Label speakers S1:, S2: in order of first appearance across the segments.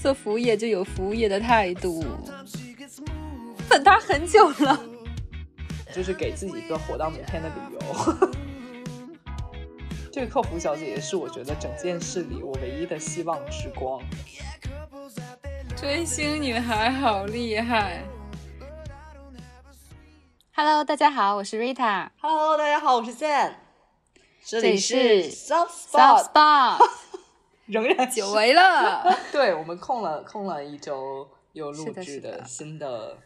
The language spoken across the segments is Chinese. S1: 做服务业就有服务业的态度。粉他很久了，
S2: 就是给自己一个活到明天的理由。 这个客服小姐姐是我觉得整件事里我唯一的希望之光。
S1: 追星女孩好厉害！Hello，大家好，我是 Rita。
S3: Hello，大家好，我是 Zen。
S1: 这
S3: 里
S1: 是
S3: Soft
S1: South
S3: Spot，
S1: Spa，
S2: 仍然
S1: 久违了。
S2: 对我们空了空了一周，又录
S1: 是的
S2: 制
S1: 是的
S2: 新的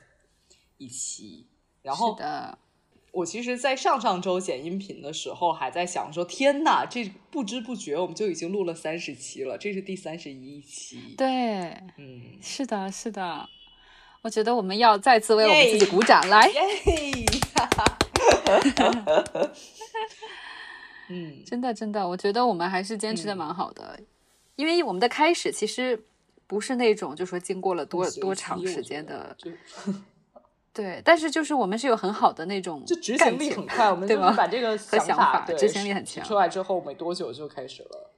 S2: 一期。然
S1: 是
S2: 后
S1: 的，
S2: 我其实，在上上周剪音频的时候，还在想说，天呐，这不知不觉我们就已经录了三十期了，这是第三十一期。，
S1: 对，
S2: 嗯，
S1: 是的，是的。我觉得我们要再次为我们自己鼓掌，来。
S2: 耶， 嗯，
S1: 真的，真的，我觉得我们还是坚持的蛮好的，因为我们的开始其实不是那种就说经过了 多
S2: 很随
S1: 多
S2: 机
S1: 长
S2: 我
S1: 时
S2: 觉
S1: 间
S2: 得
S1: 的，
S2: 就
S1: 对，但是就是我们是有很好的那种
S2: 就执
S1: 干
S2: 行力
S1: 劲
S2: 很快，我们
S1: 对
S2: 就是
S1: 吗
S2: 把这个
S1: 和想
S2: 法
S1: 法
S2: 对
S1: 执行力很强
S2: 出来之后，没多久就开始了，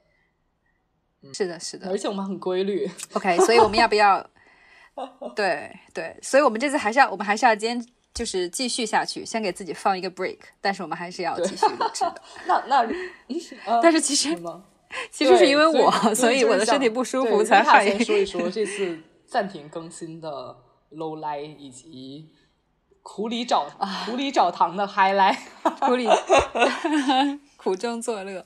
S1: 是的，是的
S2: 而且我们很 规律。
S1: ，OK，所以我们要不 要？对对，所以我们这次还是要，我们还是要坚，就是继续下去，先给自己放一个 break，但是我们还是要继续录 制的。
S2: 那 那，
S1: 但
S2: 是
S1: 是其实
S2: 吗？
S1: 其实是因为
S2: 嗯对
S1: 我，
S2: 所
S1: 所
S2: 以
S1: 以
S2: 就是
S1: 我的身
S2: 想
S1: 体不舒
S2: 对
S1: 服才
S2: Rita
S1: 害。
S2: 先说一说这次暂停更新的 low lie 以及苦里找
S1: 啊
S2: 苦里找糖的 high lie。
S1: 苦里 苦中作乐。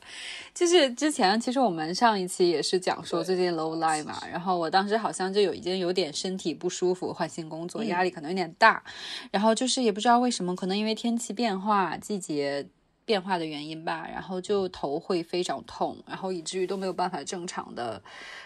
S1: 就是之前其实我们上一期也是讲说
S2: 对
S1: 最近 low line 嘛，然后我当时好像就有已经有点身体不舒服，换新工作，压力可能有点大，然后就是也不知道为什么，可能因为天气变化、季节。变化的原因吧，然后就头会非常痛，然后以至于都没有办法正常的，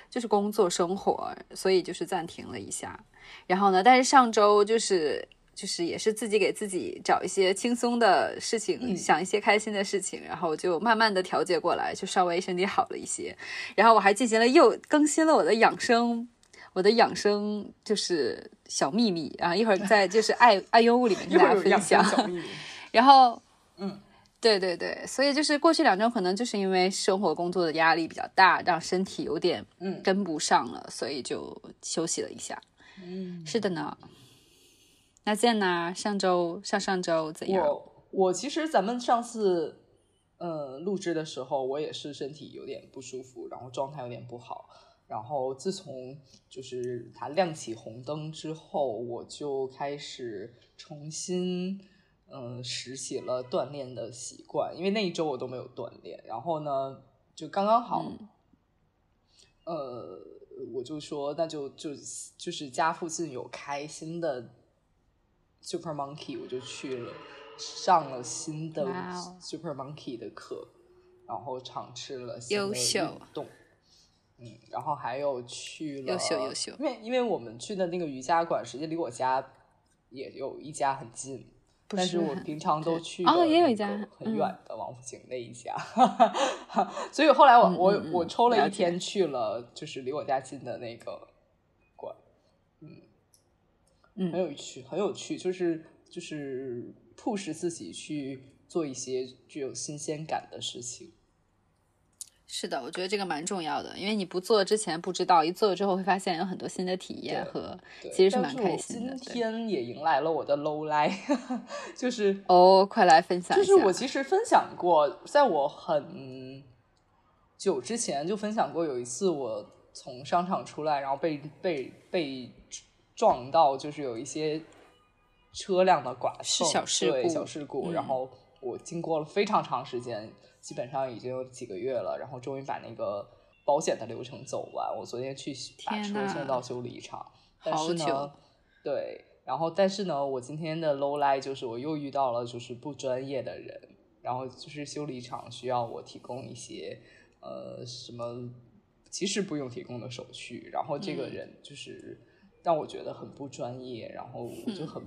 S1: 就是工作生活，所以就是暂停了一下。然后呢，但是上周就是就是也是自己给自己找一些轻松的事情，
S2: 嗯
S1: 想一些开心的事情，然后就慢慢的调节过来，就稍微身体好了一些。然后我还进行了又更新了我的养生。我的养生就是小秘密啊，一会儿在就是爱爱优物里面
S2: 一
S1: 跟大
S2: 会儿
S1: 家
S2: 有
S1: 分
S2: 养生
S1: 享。
S2: 小秘密，
S1: 然后，
S2: 嗯，
S1: 对对对，所以就是过去两周可能就是因为生活工作的压力比较大，让身体有点
S2: 嗯
S1: 跟不上了，所以就休息了一下。
S2: 嗯，
S1: 是的呢。那见呢？上周、上上周怎样？
S2: 我我其实咱们上次呃录制的时候，我也是身体有点不舒服，然后状态有点不好。然后自从就是它亮起红灯之后，我就开始重新呃拾起了锻炼的习惯，因为那一周我都没有锻炼。然后呢，就刚刚好，
S1: 嗯
S2: 呃，我就说那就就就是家附近有开新的 Super Monkey，我就去了，上了新的
S1: 哇哦
S2: Super Monkey 的课，然后尝试了新的
S1: 优秀
S2: 运动。嗯，然后还有去了
S1: 优秀优秀
S2: 因为因为我们去的那个瑜伽馆，实际离我家也有一家很近，
S1: 不
S2: 但是我
S1: 很
S2: 平常都
S1: 对
S2: 去
S1: 哦
S2: 的
S1: 也有
S2: 那
S1: 一家
S2: 个很
S1: 嗯
S2: 远的王府井那一家， 所以后来我
S1: 嗯
S2: 我
S1: 嗯嗯
S2: 我抽了
S1: 了
S2: 一
S1: 解
S2: 天去了，就是离我家近的那个馆，很
S1: 嗯，
S2: 有趣，很有趣，就是就是促使自己去做一些具有新鲜感的事情。
S1: 是的，我觉得这个蛮重要的，因为你不做之前不知道，一做了之后会发现有很多新的体验
S2: 对
S1: 和
S2: 对，
S1: 其实是
S2: 但
S1: 蛮
S2: 我
S1: 开心的。
S2: 今
S1: 对
S2: 天也迎来了我的 low life，就是
S1: 哦，快来分享
S2: 就
S1: 一
S2: 是
S1: 下。
S2: 我其实分享过，在我很久之前就分享过，有一次我从商场出来，然后被被被撞到，就是有一些车辆的剐
S1: 是
S2: 蹭，
S1: 小事
S2: 对
S1: 故
S2: 小事故，
S1: 嗯
S2: 然后我经过了非常长时间，基本上已经有几个月了，然后终于把那个保险的流程走完。我昨天去把
S1: 天
S2: 车
S1: 呐
S2: 送到修理厂，但
S1: 好
S2: 是呢
S1: 久，
S2: 对，然后但是呢，我今天的 low lie 就是我又遇到了就是不专业的人，然后就是修理厂需要我提供一些呃什么其实不用提供的手续，然后这个
S1: 嗯
S2: 人就是让我觉得很不专业，然后我
S1: 嗯
S2: 就很、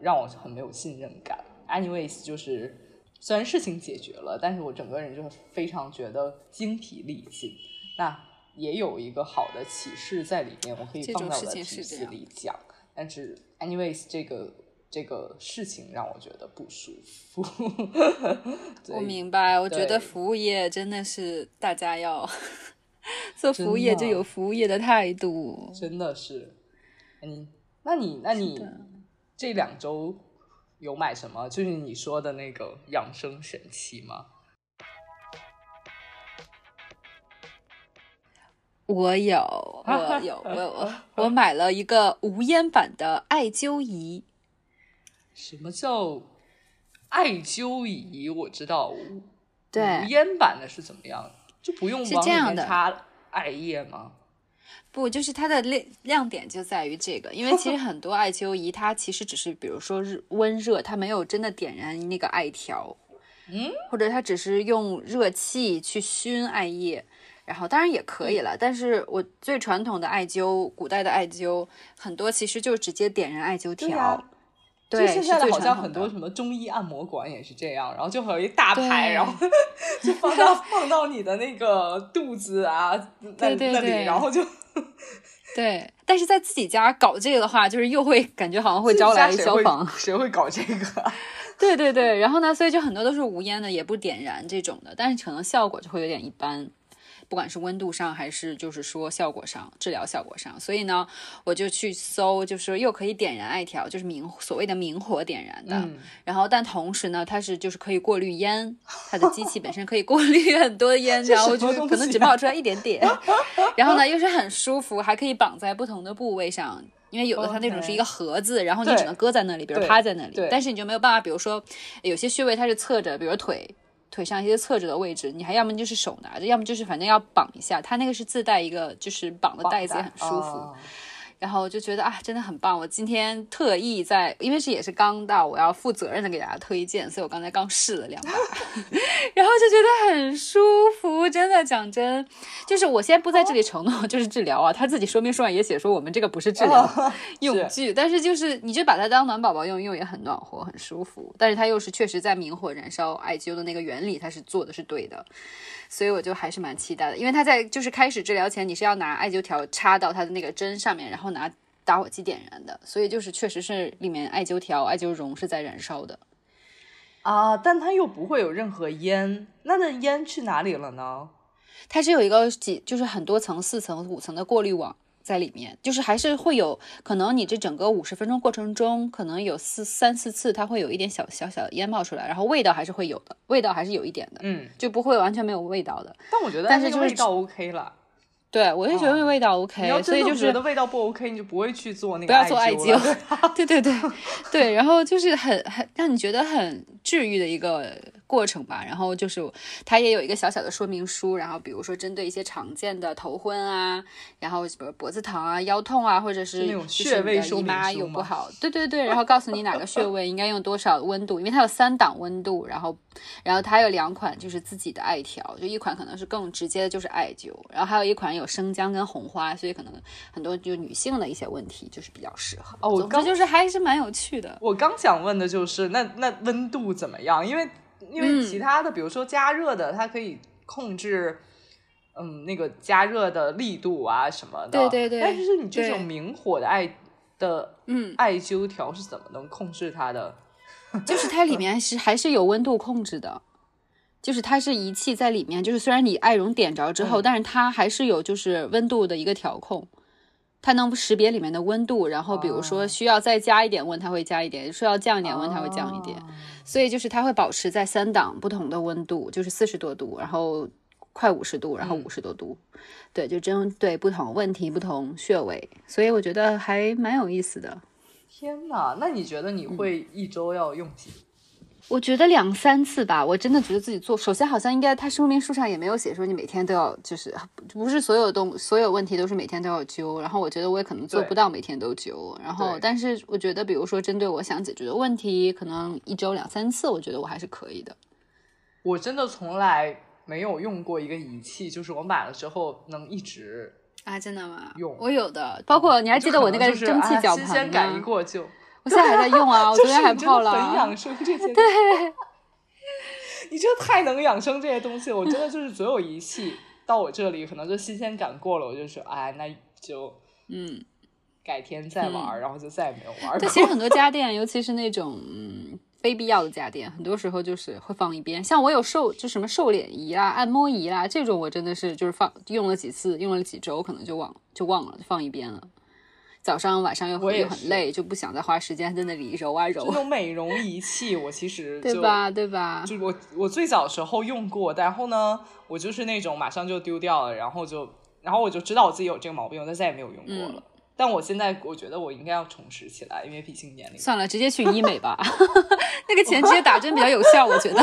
S2: 让我很没有信任感。Anyways，就是虽然事情解决了，但是我整个人就是非常觉得精疲力尽。那也有一个好的启示在里面，我可以
S1: 这
S2: 放
S1: 种
S2: 到我
S1: 事
S2: 的
S1: 情
S2: 提
S1: 是这
S2: 示
S1: 样
S2: 里讲。但是，anyways，这个这个事情让我觉得不舒服。
S1: 我
S2: 对
S1: 明白，我觉得
S2: 对
S1: 服务业真的是大家要 做服务业就
S2: 真的
S1: 有服务业的态度。
S2: 真的是。那你，那你，那你这两周有买什么？就是你说的那个养生神器吗？
S1: 我有，我有，我 有，我买了一个无烟版的艾灸仪，
S2: 什么叫艾灸仪？我知道，无
S1: 对
S2: 无烟版的是怎么样？就不用
S1: 是
S2: 往
S1: 这
S2: 里
S1: 样
S2: 面
S1: 的
S2: 插艾叶吗？
S1: 不，就是它的亮亮点就在于这个，因为其实很多艾灸仪它其实只是，比如说日温热，它没有真的点燃那个艾条，
S2: 嗯，
S1: 或者它只是用热气去熏艾叶，然后当然也可以了。但是我最传统的艾灸，古代的艾灸很多其实就直接点燃艾灸
S2: 对
S1: 条，
S2: 呀就
S1: 对，
S2: 现
S1: 是
S2: 在的
S1: 最
S2: 好
S1: 传
S2: 像
S1: 统
S2: 很
S1: 的
S2: 多什么中医按摩馆也是这样，然后就会有一大排，
S1: 对
S2: 然后 就放 到放到你的那个肚子啊，那
S1: 对对
S2: 那
S1: 对
S2: 里，然后就
S1: 对，但是在自己家搞这个的话，就是又会感觉好像会招来
S2: 自己家
S1: 消
S2: 谁会
S1: 防。
S2: 谁会搞这个啊？
S1: 对对对，然后呢，所以就很多都是无烟的，也不点燃这种的，但是可能效果就会有点一般，不管是温度上还是就是说效果上、治疗效果上。所以呢，我就去搜，就是又可以点燃艾条，就是明所谓的明火点燃的，
S2: 嗯
S1: 然后但同时呢，它是就是可以过滤烟，它的机器本身可以过滤很多烟，
S2: 这
S1: 然后
S2: 什
S1: 就
S2: 么
S1: 是
S2: 东
S1: 可能
S2: 西
S1: 只
S2: 啊
S1: 冒出来一点点， 然后呢又是很舒服，还可以绑在不同的部位上。因为有的它那种是一个盒子然后你
S2: 对
S1: 只能搁在那里，比如
S2: 对
S1: 趴在那里
S2: 对，
S1: 但是你就没有办法，比如说有些穴位它是侧着，比如腿腿上一些侧着的位置，你还要么就是手拿着，要么就是反正要绑一下。它那个是自带一个就是绑的带子，也很舒服。
S2: 啊
S1: 然后我就觉得啊，真的很棒。我今天特意在，因为这也是刚到，我要负责任的给大家推荐，所以我刚才刚试了两把， 然后就觉得很舒服。真的，讲真，就是我先不在这里承诺就是治疗啊，他自己说明书上也写说我们这个不是治疗 用具，但是就是你就把它当暖宝宝用，用也很暖和，很舒服。但是它又是确实在明火燃烧艾灸的那个原理，它是做的是对的，所以我就还是蛮期待的，因为它在就是开始治疗前，你是要拿艾灸条插到它的那个针上面，然后拿打火机点燃的，所以就是确实是里面艾灸条、艾灸绒是在燃烧的。
S2: 啊！但它又不会有任何烟，那那烟去哪里了呢？
S1: 它是有一个几，就是很多层、四层、五层的过滤网在里面，就是还是会有可能你这整个五十分钟过程中，可能有四三四次它会有一点小小小的烟冒出来，然后味道还是会有的，味道还是有一点的，
S2: 嗯，
S1: 就不会完全没有味道的。
S2: 但我觉得
S1: 但是
S2: 那
S1: 就
S2: 个
S1: 是
S2: 味道 OK 了。
S1: 对我就觉得味道 OK，、
S2: 哦你要
S1: 所
S2: 真
S1: 以
S2: 的
S1: 就
S2: 觉
S1: 是
S2: 得味道不 OK，你就不会去做那个
S1: 不要做艾
S2: 灸了。
S1: 灸，对对对 对，然后就是很很让你觉得很治愈的一个过程吧。然后就是它也有一个小小的说明书，然后比如说针对一些常见的头昏啊，然后比如脖子疼啊、腰痛啊，或者是
S2: 就那种
S1: 就是
S2: 穴位
S1: 你的
S2: 说
S1: 姨
S2: 明
S1: 妈
S2: 书
S1: 有
S2: 吗
S1: 不好， 对对对，然后告诉你哪个穴位应该用多少温度，因为它有三档温度，然后然后它有两款就是自己的艾条，就一款可能是更直接的就是艾灸，然后还有一款有生姜跟红花，所以可能很多就女性的一些问题就是比较适合。
S2: 哦
S1: 总
S2: 我
S1: 之
S2: 刚
S1: 就是还是蛮有趣的。
S2: 我刚想问的就是，那那温度怎么样？因为因
S1: 嗯
S2: 为其他的，比如说加热的，它可以控制，嗯，那个加热的力度啊什么的。
S1: 对对对
S2: 但是你这
S1: 对
S2: 种明火的艾的
S1: 嗯，
S2: 艾灸条是怎么能控制它的？嗯
S1: 就是它里面是还是有温度控制的，就是它是仪器在里面，就是虽然你艾绒点着之后，
S2: 嗯
S1: 但是它还是有就是温度的一个调控。它能识别里面的温度，然后比如说
S2: 哦
S1: 需要再加一点温，它会加一点；需要降一点温，它会降一点。
S2: 啊
S1: 所以就是它会保持在三档不同的温度，就是四十多度，然后快五十度，然后
S2: 嗯
S1: 五十多度，对，就针对不同问题、不同穴位，所以我觉得还蛮有意思的。
S2: 天哪！那你觉得
S1: 嗯
S2: 你会一周要用几？
S1: 我觉得两三次吧，我真的觉得自己做，首先好像应该它说明书上也没有写说你每天都要，就是不是所有东所有问题都是每天都要灸，然后我觉得我也可能做
S2: 对
S1: 不到每天都灸，然后
S2: 对
S1: 但是我觉得比如说针对我想解决的问题，可能一周两三次，我觉得我还是可以的。
S2: 我真的从来没有用过一个仪器，就是我买了之后能一直
S1: 啊，真的吗？
S2: 有
S1: 我有的，包括你还记得我那个
S2: 就可能
S1: 蒸
S2: 就是
S1: 汽
S2: 啊
S1: 绞
S2: 新
S1: 盘
S2: 鲜感一
S1: 吗？
S2: 过就。
S1: 我现在还在用啊，我
S2: 就
S1: 昨
S2: 是
S1: 天还
S2: 你真的
S1: 泡
S2: 很
S1: 了。
S2: 养生 这些，对，你这太能养生这些东西，我真的就是所有仪器到我这里，可能就新鲜感过了，我就说，哎，那就
S1: 嗯，
S2: 改天再玩儿，然后就再也没有玩儿
S1: 对，
S2: 过。
S1: 其实很多家电，尤其是那种嗯非必要的家电，很多时候就是会放一边。像我有瘦，就什么瘦脸仪啦、按摩仪啊啦这种，我真的是就是放用了几次，用了几周，可能就忘就忘了，就放一边了。早上晚上又
S2: 我也
S1: 又很累，就不想再花时间在那里揉啊
S2: 这
S1: 揉，
S2: 种美容仪器，我其实
S1: 对
S2: 就
S1: 吧？对吧？
S2: 就我我最早时候用过，然后呢，我就是那种马上就丢掉了，然后就然后我就知道我自己有这个毛病，我就再也没有用过
S1: 嗯
S2: 了。但我现在我觉得我应该要重拾起来，因为毕竟年龄。
S1: 算了，直接去医美吧， 那个钱直接打针比较有效，我觉得。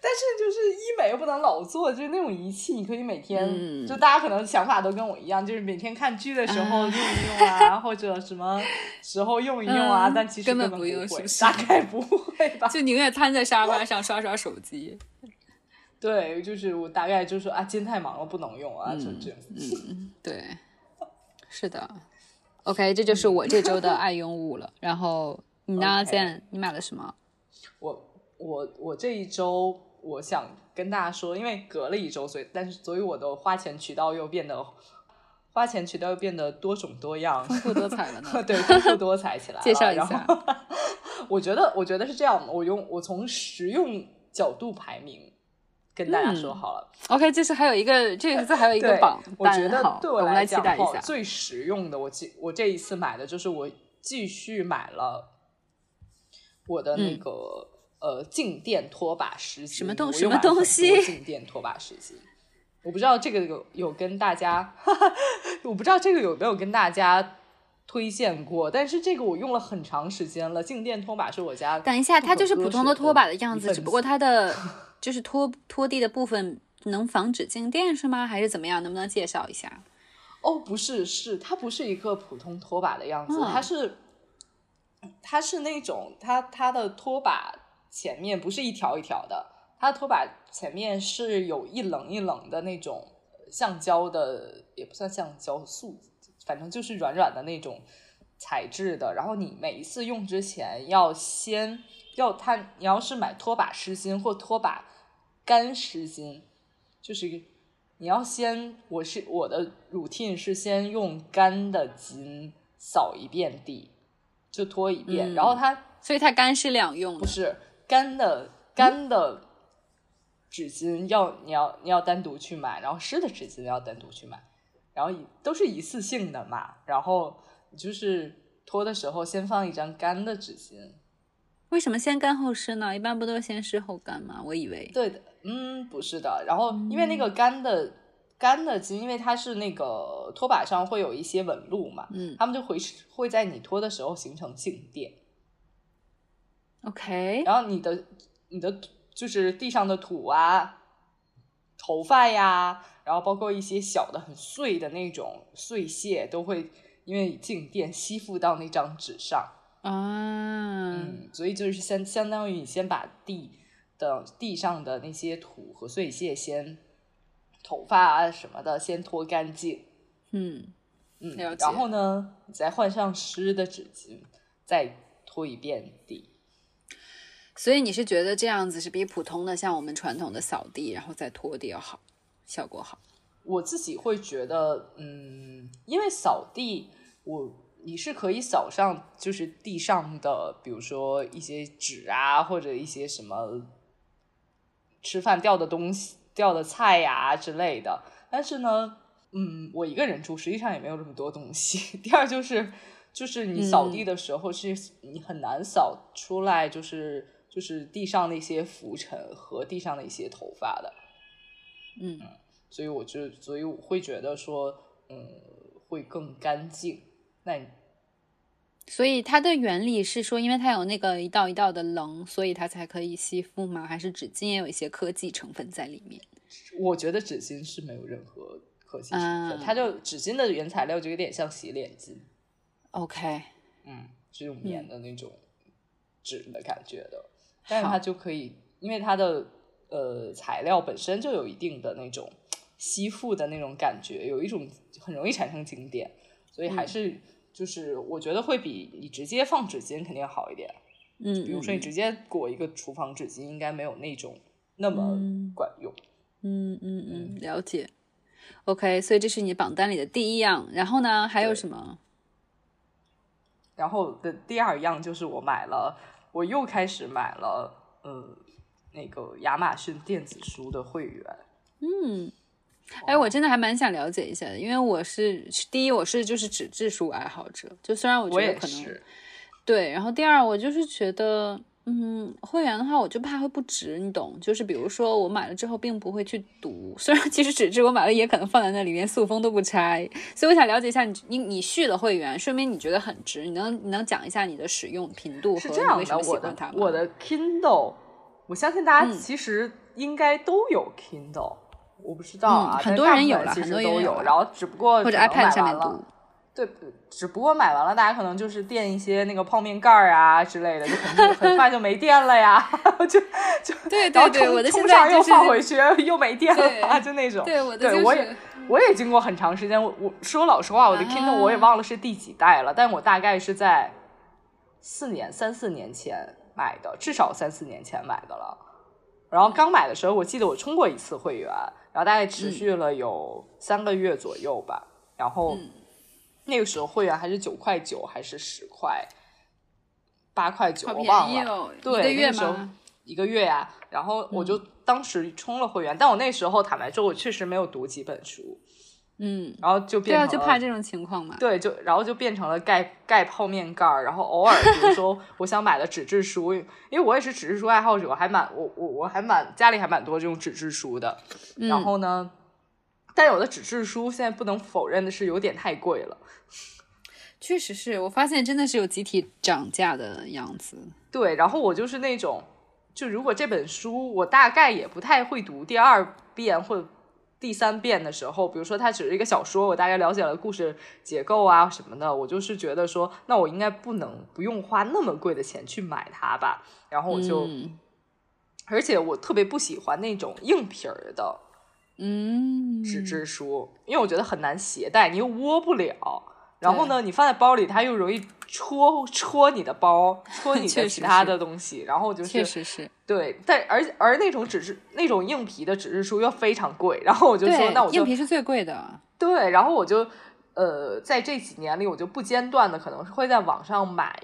S2: 但是就是医美又不能老做，就是那种仪器，你可以每天、
S1: 嗯
S2: 就大家可能想法都跟我一样，就是每天看剧的时候用一用啊，或者什么时候用一用啊，
S1: 嗯
S2: 但其实
S1: 根
S2: 本
S1: 本不用
S2: 会
S1: 是不是
S2: 大概不会 吧？
S1: 就宁愿瘫在沙发上刷刷手机。
S2: 对，就是我大概就说啊，今天太忙了不能用啊，就
S1: 嗯
S2: 这样。
S1: 嗯，对，是的。OK，这就是我这周的爱用物了。然后你呢
S2: OK
S1: ，Zen？你买了什么？
S2: 我我我这一周我想跟大家说，因为隔了一周，所以但是所以我的花钱渠道又变得花钱渠道又变得多种多样，。
S1: 丰富多彩了呢
S2: 对，丰富多彩起来 了。
S1: 介绍一
S2: 然
S1: 下
S2: 后我觉得我觉得是这样，我用我从实用角度排名跟大家说
S1: 嗯
S2: 好了。
S1: OK，这次还有一个，这次还有一个
S2: 对
S1: 榜
S2: 我觉
S1: 单，
S2: 得
S1: 好，
S2: 对
S1: 我们
S2: 来
S1: 来期
S2: 讲
S1: 待一
S2: 哈
S1: 下。
S2: 最实用的，我记我这一次买的就是我继续买了我的那
S1: 嗯
S2: 个、呃静电拖把湿巾，
S1: 什么东
S2: 我
S1: 什
S2: 又
S1: 么
S2: 买了
S1: 东
S2: 很多
S1: 西
S2: 静电拖把湿巾。我不知道这个有有跟大家， 我不知道这个有没有跟大家推荐过，但是这个我用了很长时间了。静电拖把是我家，
S1: 等一下，它
S2: 不可
S1: 就是
S2: 割
S1: 普通
S2: 舍
S1: 的
S2: 的
S1: 拖把的样
S2: 一
S1: 子，
S2: 份
S1: 只不过它的就是拖拖地的部分能防止静电是吗？还是怎么样？能不能介绍一下？
S2: 哦，不是，是它不是一个普通拖把的样子，
S1: 嗯
S2: 它是它是那种它它的拖把前面不是一条一条的，它的拖把前面是有一棱一棱的那种橡胶的，也不算橡胶塑，反正就是软软的那种材质的。然后你每一次用之前要先要它，你要是买拖把湿巾或拖把干湿巾，就是你要先，我是我的 routine 是先用干的巾扫一遍地，就拖一遍，
S1: 嗯
S2: 然后它
S1: 所以它干湿两用
S2: 不
S1: 的。
S2: 是干的干的纸巾要你要你要单独去买，然后湿的纸巾要单独去买，然后一都是一次性的嘛，然后你就是拖的时候先放一张干的纸巾，
S1: 为什么先干后湿呢？一般不都是先湿后干吗？我以为。
S2: 对的，嗯，不是的。然后因为那个干的、干的筋，因为它是那个拖把上会有一些纹路嘛，
S1: 嗯
S2: 它们就会会在你拖的时候形成静电，
S1: ，OK，
S2: 然后你的你的就是地上的土啊、头发呀，然后包括一些小的很碎的那种碎屑，都会因为静电吸附到那张纸上。
S1: 啊，
S2: 嗯，所以就是相相当于你先把地的地上的那些土和碎屑先头发啊什么的先拖干净，
S1: 嗯，
S2: 嗯
S1: 了，解
S2: 然后呢，你再换上湿的纸巾，再拖一遍地。
S1: 所以你是觉得这样子是比普通的像我们传统的扫地然后再拖地要好，效果好？
S2: 我自己会觉得，嗯，因为扫地，我你是可以扫上就是地上的，比如说一些纸啊，或者一些什么吃饭掉的东西、掉的菜呀、之类的。但是呢，嗯，我一个人住，实际上也没有这么多东西。 第二就是，就是你扫地的时候是，你很难扫出来，就是就是地上那些浮尘和地上的一些头发的。
S1: 嗯，
S2: 所以我就所以我会觉得说，嗯，会更干净。那你
S1: 所以它的原理是说，因为它有那个一道一道的棱，所以它才可以吸附吗？还是纸巾也有一些科技成分在里面？
S2: 我觉得纸巾是没有任何科技成分，
S1: 啊
S2: 它就纸巾的原材料就有点像洗脸巾，
S1: OK，
S2: 嗯，是用棉的那种纸的感觉的，但是它
S1: 好
S2: 就可以，因为它的呃材料本身就有一定的那种吸附的那种感觉，有一种很容易产生静电，所以还
S1: 嗯
S2: 是、就是我觉得会比你直接放纸巾肯定好一点。
S1: 嗯，
S2: 比如说
S1: 嗯
S2: 你直接裹一个厨房纸巾，应该没有那种那么
S1: 嗯
S2: 管用。
S1: 嗯嗯嗯，了解。OK，所以这是你榜单里的第一样，然后呢，还有
S2: 对
S1: 什么？
S2: 然后的第二样就是我买了，我又开始买了，呃，那个亚马逊电子书的会员。
S1: 嗯，哎，我真的还蛮想了解一下的，因为我是第一，我是就是纸质书爱好者，就虽然我
S2: 我
S1: 觉得
S2: 也
S1: 可能
S2: 是，
S1: 对，然后第二，我就是觉得，嗯，会员的话，我就怕会不值，你懂？就是比如说我买了之后，并不会去读，虽然其实纸质我买了也可能放在那里面，塑封都不拆。所以我想了解一下你，你你续了会员，说明你觉得很值，你能你能讲一下你的使用频度
S2: 是
S1: 和
S2: 这
S1: 你
S2: 样
S1: 为什
S2: 的，
S1: 么喜
S2: 我
S1: 欢
S2: 的
S1: 它吗？
S2: 我的 Kindle，我相信大家
S1: 嗯
S2: 其实应该都有 Kindle，、我不知道啊，
S1: 嗯
S2: 但
S1: 很多
S2: 大部
S1: 人有
S2: 分
S1: 了
S2: 其
S1: 很
S2: 实
S1: 多人有
S2: 都有，
S1: 了
S2: 然后只不过
S1: 或者
S2: 可能
S1: iPad
S2: 买
S1: 上
S2: 完
S1: 面
S2: 了
S1: 读，
S2: 对，只不过买完了，大家可能就是垫一些那个泡面盖儿啊之类的，就很就很快就没电了呀，就就
S1: 对
S2: 然
S1: 对
S2: 后
S1: 对，
S2: 充
S1: 我的
S2: 充
S1: 现
S2: 上
S1: 在
S2: 又
S1: 就是
S2: 放回去，又没电了啊，
S1: 对
S2: 就那种。
S1: 对我的
S2: 对
S1: 就
S2: 我
S1: 是
S2: 也我也经过很长时间，我我说老实话，我的 Kindle 我也
S1: 啊
S2: 忘了是第几代了，但我大概是在四年三四年前买的，至少三四年前买的了。然后刚买的时候，我记得我充过一次会员，然后大概持续了有三个月左右吧。然后
S1: 嗯
S2: 那个时候会员还是九块九，还是十块，八块九，
S1: 好
S2: 我
S1: 便
S2: 忘
S1: 宜
S2: 了。
S1: 哦，一
S2: 对，
S1: 个
S2: 那
S1: 月
S2: 时候
S1: 吗？嗯
S2: 一个月呀、然后我就当时充了会员，但我那时候坦白说，我确实没有读几本书，
S1: 嗯，
S2: 然后就
S1: 对
S2: 变
S1: 啊，
S2: 成
S1: 就
S2: 了
S1: 怕这种情况嘛。
S2: 对，就然后就变成了盖盖泡面盖儿，然后偶尔比如 说我想买的纸质书，因为我也是纸质书爱好者，我还蛮我我我还蛮家里还蛮多这种纸质书的。然
S1: 嗯，
S2: 后呢，但有的纸质书现在不能否认的是有点太贵了。
S1: 确实是我发现真的是有集体涨价的样子。
S2: 对，然后我就是那种，就如果这本书我大概也不太会读第二遍或第三遍的时候，比如说它只是一个小说，我大概了解了故事结构啊什么的，我就是觉得说，那我应该不能不用花那么贵的钱去买它吧。然后我就，
S1: 嗯
S2: 而且我特别不喜欢那种硬皮儿的
S1: 嗯，
S2: 纸质书，因为我觉得很难携带，你又窝不了。然后呢，你放在包里，它又容易戳戳你的包，戳 你
S1: 确
S2: 的
S1: 实
S2: 其他
S1: 是
S2: 的东西。然后就是
S1: 确实是，
S2: 对，但而而那种纸质那种硬皮的纸质书又非常贵，然后我就说
S1: 对，
S2: 那我
S1: 硬
S2: 就
S1: 皮是最贵的。
S2: 对，然后我就呃在这几年里我就不间断的可能是会在网上买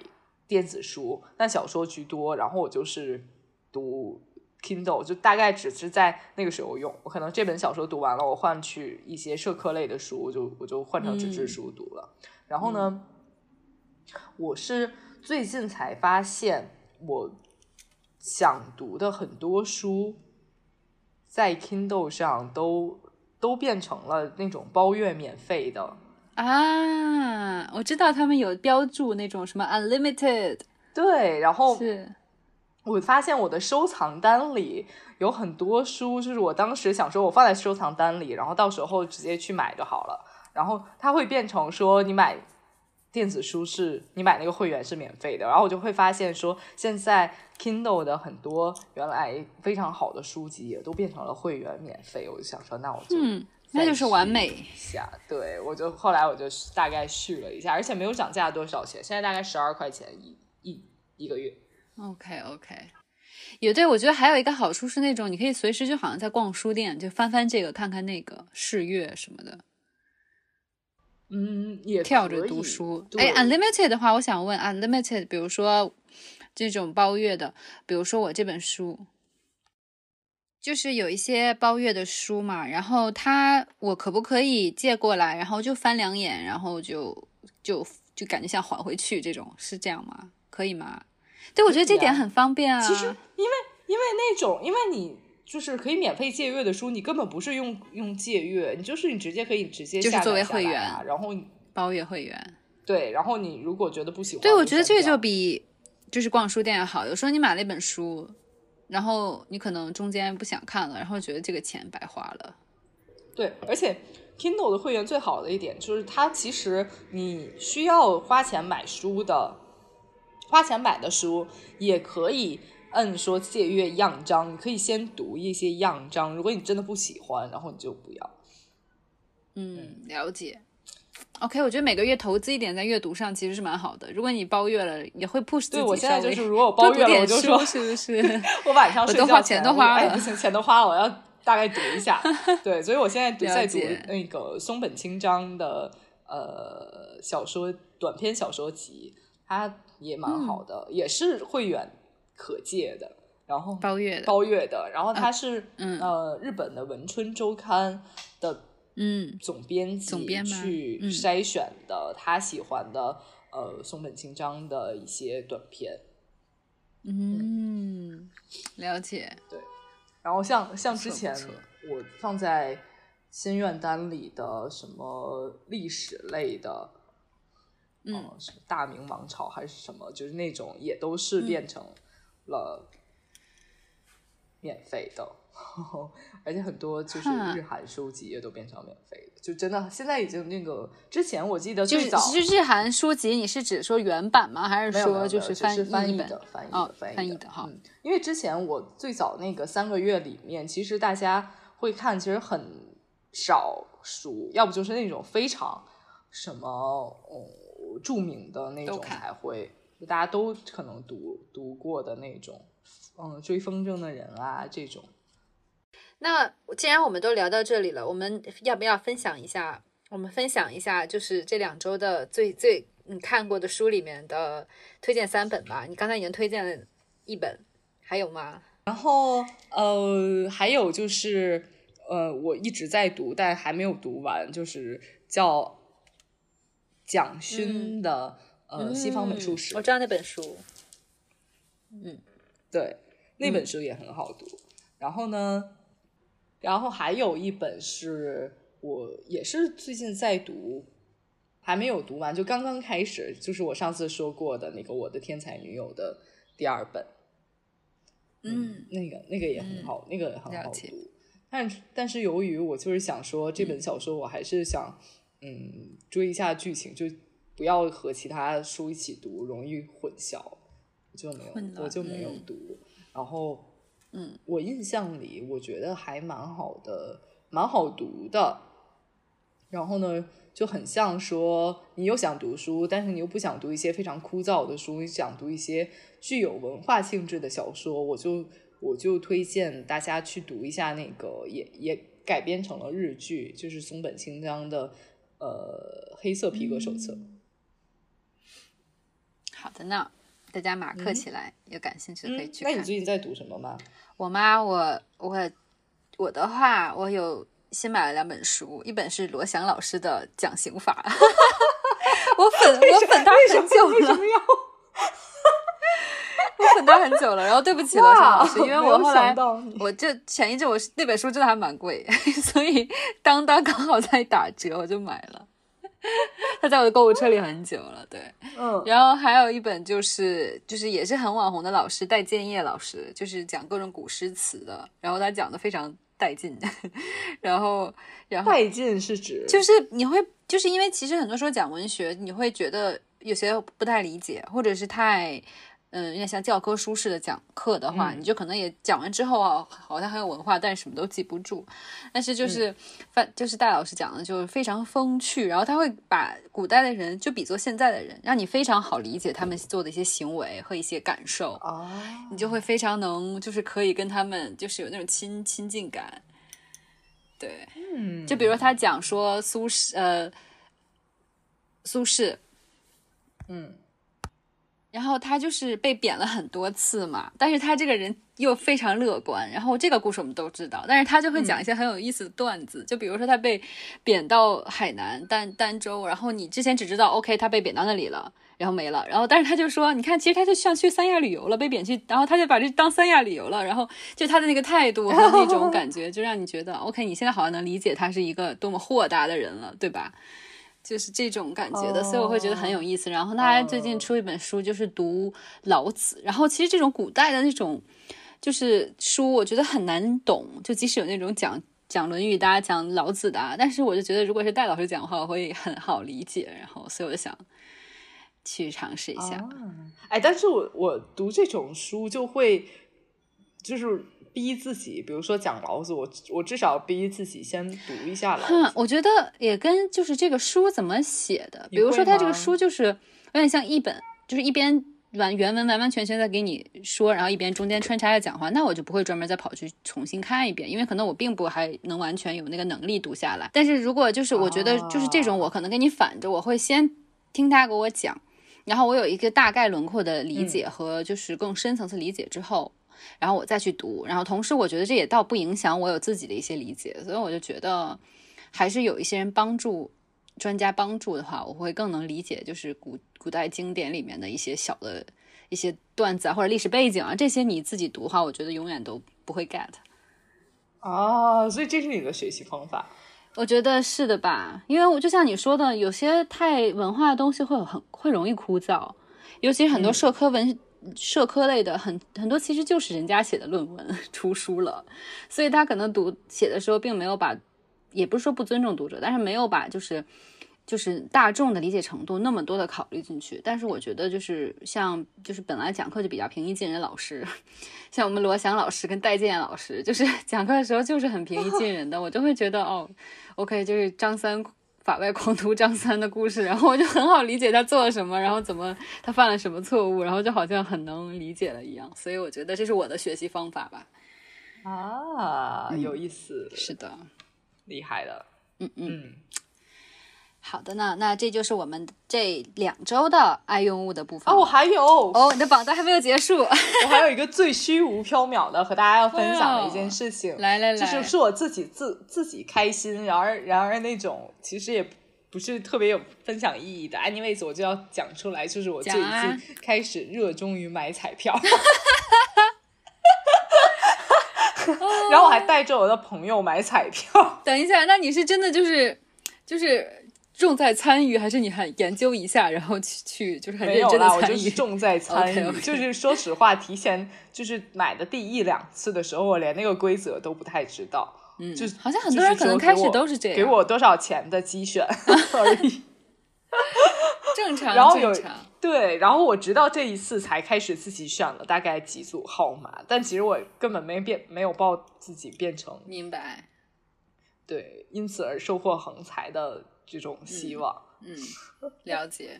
S2: 电子书，但小说居多，然后我就是读 Kindle，就大概只是在那个时候用，我可能这本小说读完了，我换去一些社科类的书，我就我就换成纸质
S1: 嗯
S2: 书读了。然后呢，我是最近才发现我想读的很多书，在 Kindle 上都都变成了那种包月免费的。
S1: 啊，我知道他们有标注那种什么 unlimited，
S2: 对，然后
S1: 是，
S2: 我发现我的收藏单里有很多书，就是我当时想说我放在收藏单里，然后到时候直接去买就好了。然后它会变成说你买电子书是你买那个会员是免费的，然后我就会发现说现在 Kindle 的很多原来非常好的书籍也都变成了会员免费，我就想说那我就
S1: 嗯，那就是完美。
S2: 下，对我就后来我就大概续了一下，而且没有涨价多少钱，现在大概十二块钱一一一个月。
S1: OK OK，也对，我觉得还有一个好处是那种你可以随时就好像在逛书店，就翻翻这个看看那个试阅什么的，
S2: 嗯，也
S1: 跳着
S2: 可
S1: 读
S2: 以
S1: 书。哎
S2: 对
S1: ，unlimited 的话，我想问 unlimited，比如说这种包月的，比如说我这本书。就是有一些包月的书嘛，然后它我可不可以借过来，然后就翻两眼，然后就就就感觉像还回去这种，是这样吗？可以吗？对，我觉得这
S2: 可以啊
S1: 点很方便啊。
S2: 其实因为那种，因为你就是可以免费借阅的书，你根本不是用用借阅，你就是你直接可以直接
S1: 就是
S2: 下载
S1: 作为
S2: 下
S1: 会
S2: 来
S1: 员
S2: 啊，然后你
S1: 包月会员，
S2: 对，然后你如果觉得不喜欢，
S1: 对，我
S2: 就
S1: 觉得
S2: 删
S1: 这
S2: 掉
S1: 就比就是逛书店要好。有时候你买了一本书，然后你可能中间不想看了，然后觉得这个钱白花了。
S2: 对，而且 Kindle 的会员最好的一点就是它其实你需要花钱买书的，花钱买的书也可以摁说借阅样章，你可以先读一些样章，如果你真的不喜欢，然后你就不要。
S1: 嗯，了解。OK，我觉得每个月投资一点在阅读上其实是蛮好的。如果你包月了，也会 push 自己
S2: 对我现在
S1: 稍微
S2: 就是如果我包
S1: 多
S2: 月了
S1: 读点
S2: 我就
S1: 书
S2: 说
S1: 是不 是？
S2: 我晚上
S1: 我
S2: 睡
S1: 都
S2: 觉
S1: 花
S2: 前
S1: 钱都花
S2: 我就
S1: 了
S2: 哎，不行，钱都花了，我要大概读一下。 对，所以我现在读
S1: 了
S2: 在读
S1: 解
S2: 那个松本清张的呃小说短篇小说集，它也蛮
S1: 嗯
S2: 好的，也是会员可借的，然后
S1: 包月的，
S2: 包月的，然后他是、
S1: 嗯
S2: 呃日本的《文春周刊》的
S1: 嗯
S2: 总编辑
S1: 总编吗
S2: 去
S1: 嗯
S2: 筛选的他喜欢的、呃松本清张的一些短片，
S1: 嗯，了解，
S2: 然后像像
S1: 不错
S2: 之
S1: 不
S2: 前
S1: 错
S2: 我放在心愿单里的什么历史类的，
S1: 嗯
S2: 呃什么大明王朝还是什么，就是那种也都
S1: 嗯
S2: 是变成了免费的， 而且很多就是
S1: 哈
S2: 日韩书籍也都变成了免费的，就真的现在已经那个之前我记得
S1: 就
S2: 最
S1: 是
S2: 早
S1: 就日韩书籍，你是指说原版吗？还
S2: 没
S1: 是
S2: 有没有
S1: 说
S2: 没
S1: 就
S2: 有只
S1: 翻
S2: 是翻
S1: 译
S2: 译
S1: 本？
S2: 的翻译
S1: 哦
S2: 的
S1: 翻
S2: 译
S1: 译的哈
S2: 嗯，因为之前我最早那个三个月里面，其实大家会看，其实很少数，要不就是那种非常什么哦著名的那
S1: 都
S2: 种
S1: 看
S2: 才会，就大家都可能读读过的那种，嗯，追风筝的人啊这种。
S1: 那既然我们都聊到这里了，我们要不要分享一下？我们分享一下，就是这两周的最最你看过的书里面的推荐三本吧。你刚才已经推荐了一本，还有吗？
S2: 然后呃，还有就是呃，我一直在读，但还没有读完，就是叫蒋
S1: 嗯
S2: 勋的、呃《西方美术史》
S1: 我知道那本书。
S2: 对，那
S1: 嗯
S2: 本书也很好读。然后呢，然后还有一本是我也是最近在读，还没有读完，就刚刚开始，就是我上次说过的那个《我的天才女友》的第二本。
S1: 嗯，
S2: 那个那个也很
S1: 嗯
S2: 好，那个也很
S1: 了
S2: 好
S1: 解嗯
S2: 读。但但是由于我就是想说这本小说，我还是想嗯追一下剧情，就不要和其他书一起读，容易混淆，我就没
S1: 混
S2: 有
S1: 乱
S2: 我就没有
S1: 嗯
S2: 读。然后
S1: 嗯，
S2: 我印象里我觉得还蛮好的，蛮好读的。然后呢，就很像说你又想读书，但是你又不想读一些非常枯燥的书，你想读一些具有文化性质的小说，我就我就推荐大家去读一下那个也也改编成了日剧，就是松本清张的呃《黑色皮革手册》
S1: 好的呢，大家马克起来，有感兴趣嗯的可以去
S2: 嗯那
S1: 看。
S2: 你最近在读什么吗？
S1: 我妈，我我我的话，我有新买了两本书，一本是罗翔老师的《讲刑法》， 我粉 我粉他很久
S2: 为什
S1: 了，
S2: 么要？
S1: 我粉他很久了。然后对不起罗翔老师，因为
S2: 没
S1: 我
S2: 有
S1: 后
S2: 想
S1: 来
S2: 到你
S1: 我这前一阵我是那本书真的还蛮贵，所以当当刚好在打折，我就买了。 它在我的购物车里很久了，对。
S2: 嗯
S1: 然后还有一本就是就是也是很网红的老师戴建业老师，就是讲各种古诗词的，然后他讲的非常带劲， 然后然后
S2: 带劲是指
S1: 就是你会就是因为其实很多时候讲文学，你会觉得有些不太理解，或者是太。嗯，有点像教科书式的讲课的话，
S2: 嗯
S1: 你就可能也讲完之后啊，好像很有文化，但是什么都记不住。但是就是，范、就是戴老师讲的，就是非常风趣，然后他会把古代的人就比作现在的人，让你非常好理解他们做的一些行为和一些感受。
S2: 啊，
S1: 你就会非常能，就是可以跟他们就是有那种亲亲近感。对，
S2: 嗯
S1: 就比如他讲说苏轼，呃，苏轼，
S2: 嗯
S1: 然后他就是被贬了很多次嘛，但是他这个人又非常乐观，然后这个故事我们都知道，但是他就会
S2: 嗯
S1: 讲一些很有意思的段子，就比如说他被贬到海南儋儋州，然后你之前只知道 OK 他被贬到那里了。然后没了，然后但是他就说，你看，其实他就像去三亚旅游了，被贬去，然后他就把这当三亚旅游了，然后就他的那个态度和那种感觉，就让你觉得 OK，你现在好像能理解他是一个多么豁达的人了，对吧？就是这种感觉的，所以我会觉得很有意思。然后他还最近出一本书，就是读老子。然后其实这种古代的那种就是书，我觉得很难懂。就即使有那种讲讲《论语》的啊、讲老子的啊，但是我就觉得如果是戴老师讲的话，我会很好理解。然后所以我就想去尝试一下。
S2: 啊、哎，但是我我读这种书就会就是逼自己，比如说讲老子，我我至少逼自己先读一下老
S1: 哼
S2: 子，
S1: 我觉得也跟就是这个书怎么写的，
S2: 你
S1: 比如
S2: 会
S1: 说它这
S2: 吗
S1: 个书就是有点像一本，就是一边完原文完完全全在给你说，然后一边中间穿插着讲话，那我就不会专门再跑去重新看一遍，因为可能我并不还能完全有那个能力读下来。但是如果就是我觉得就是这种，我可能跟你反着，我会先听他给我讲。然后我有一个大概轮廓的理解和就是更深层次理解之后，然后我再去读，然后同时我觉得这也倒不影响我有自己的一些理解，所以我就觉得还是有一些人帮助专家帮助的话，我会更能理解就是古古代经典里面的一些小的一些段子啊或者历史背景啊这些你自己读的话，我觉得永远都不会 get。
S2: 啊，所以这是你的学习方法。
S1: 我觉得是的吧，因为我就像你说的，有些太文化的东西会有很会容易枯燥，尤其是很多社科文、社科类的，很很多其实就是人家写的论文 出书了，所以他可能读写的时候并没有把，也不是说不尊重读者，但是没有把就是就是大众的理解程度那么多的考虑进去。但是我觉得就是像就是本来讲课就比较平易近人老师， 像我们罗翔老师跟戴建老师，就是讲课的时候就是很平易近人的，我就会觉得哦。OK，就是张三法外狂徒张三的故事，然后我就很好理解他做了什么，然后怎么他犯了什么错误，然后就好像很能理解了一样。所以我觉得这是我的学习方法吧。
S2: 啊，有意思，
S1: 嗯是的，
S2: 厉害的。
S1: 嗯嗯，
S2: 嗯，
S1: 好的呢，那这就是我们这两周的爱用物的部分
S2: 啊，
S1: 了。
S2: 我还有，
S1: 哦，你的榜单还没有结束，
S2: 我还有一个最虚无缥缈的和大家要分享的一件事情，
S1: 来来来，
S2: 就是是我自己自自己开心，然而然而那种其实也不是特别有分享意义的。Anyways，我就要讲出来，就是我最
S1: 讲啊
S2: 近 开始热衷于买彩票， 然后我还带着我的朋友买彩票。
S1: 等一下，那你是真的就是就是重在参与，还是你还研究一下，然后去去就是很
S2: 没
S1: 认
S2: 有
S1: 真的
S2: 啦，我
S1: 参
S2: 就
S1: 与？
S2: 是重在参与。
S1: OK，OK
S2: 就是说实话，提前就是买的第一两次的时候，我连那个规则都不太知道。
S1: 嗯，
S2: 就是
S1: 好像很多人可能开始都是这样，
S2: 给我多少钱的 机选 而已。
S1: 正常，
S2: 然后有
S1: 正常
S2: 对，然后我直到这一次才开始自己选了大概几组号码，但其实我根本没变，没有报自己变成
S1: 明白，
S2: 对，因此而收获横财的这种希望。
S1: 嗯， 了解，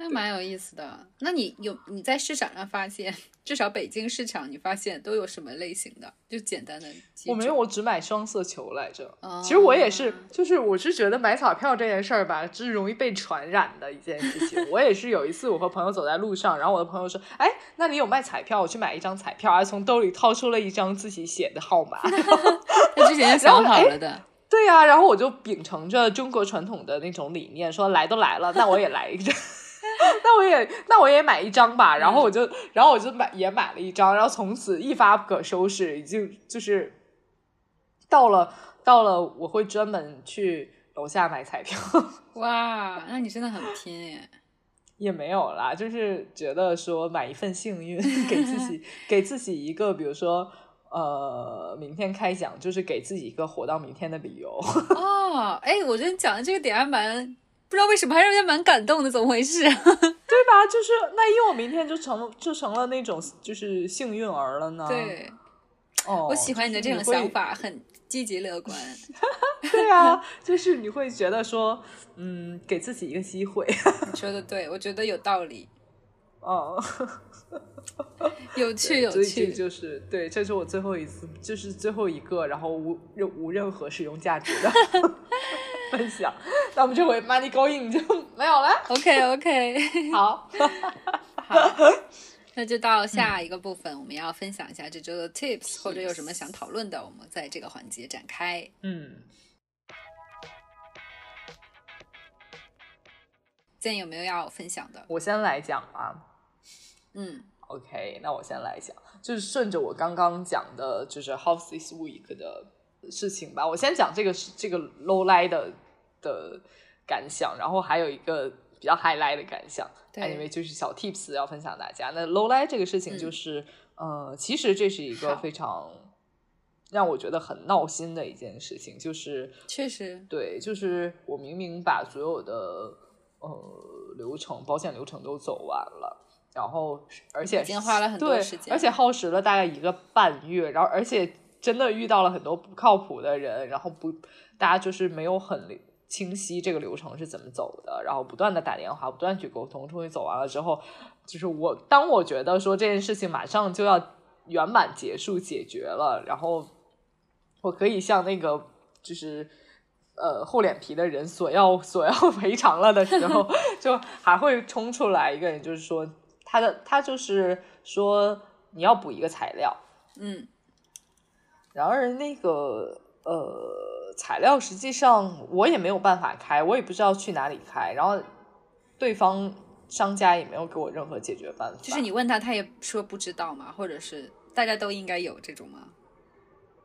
S1: 那蛮有意思的。那你有你在市场上发现，至少北京市场你发现都有什么类型的？就简单的几
S2: 我没
S1: 种
S2: 有，我只买双色球来着。
S1: 哦
S2: 其实我也是，就是我是觉得买彩票这件事儿吧，是容易被传染的一件事情。我也是有一次，我和朋友走在路上，然后我的朋友说：“哎，那里有卖彩票，我去买一张彩票。”还从兜里掏出了一张自己写的号码。
S1: 他之 前就想
S2: 哎
S1: 好了的。
S2: 对呀、然后我就秉承着中国传统的那种理念，说来都来了，那我也来一张，那我也那我也买一张吧。然后我就，然后我就买也买了一张，然后从此一发不可收拾，已经就是到了到了，我会专门去楼下买彩票，
S1: 哇，那你真的很拼耶！
S2: 也没有啦，就是觉得说买一份幸运，给自己给自己一个，比如说呃，明天开奖，就是给自己一个活到明天的理由。
S1: 哦，哎，我觉得你讲的这个点还蛮，不知道为什么还让人家蛮感动的，怎么回事？啊
S2: 对吧？就是那因为我明天就成就成了那种就是幸运儿了呢。，
S1: 对，
S2: 哦，
S1: 我喜欢你的这种
S2: 就是
S1: 想
S2: 会。
S1: 法，很积极乐观。
S2: 对啊，就是你会觉得说，嗯，给自己一个机会。
S1: 你说的对，我觉得有道理，
S2: 哦，
S1: 有趣有
S2: 所以这
S1: 趣。
S2: 就是对，这是我最后一次，就是最后一个，然后无任无任何使用价值 的分享。那我们这回 money going 就没有 了。
S1: OK OK，
S2: 好，
S1: 好，那就到下一个部分，我们要分享一下这周的 tips，或者有什么想讨论的，我们在这个环节展开。
S2: 嗯，
S1: 建议有没有要分享的？
S2: 我先来讲啊。
S1: 嗯
S2: OK，那我先来讲，就是顺着我刚刚讲的，就是 House this week 的事情吧。我先讲这个是这个 low lie 的的感想，然后还有一个比较 high lie 的感想。
S1: 对
S2: anyway，就是小 tips 要分享大家。那 low lie 这个事情，
S1: 嗯
S2: 就是、呃，其实这是一个
S1: 好
S2: 非常让我觉得很闹心的一件事情，就是
S1: 确实，
S2: 对，就是我明明把所有的呃流程、保险流程都走完了，然后是而且
S1: 已经花了很多
S2: 对
S1: 时间
S2: 而且耗时了大概一个半月，然后而且真的遇到了很多不靠谱的人，然后不，大家就是没有很理清晰这个流程是怎么走的，然后不断的打电话，不断去沟通，终于走完了之后，就是我当我觉得说这件事情马上就要圆满结束解决了，然后我可以像那个就是呃厚脸皮的人索要索要 赔偿了的时候， 就还会冲出来一个人，就是说他的他就是说你要补一个材料，
S1: 嗯，
S2: 然而那个呃材料实际上我也没有办法开，我也不知道去哪里开，然后对方商家也没有给我任何解决办法，
S1: 就是你问他，他也说不知道嘛，或者是大家都应该有这种吗？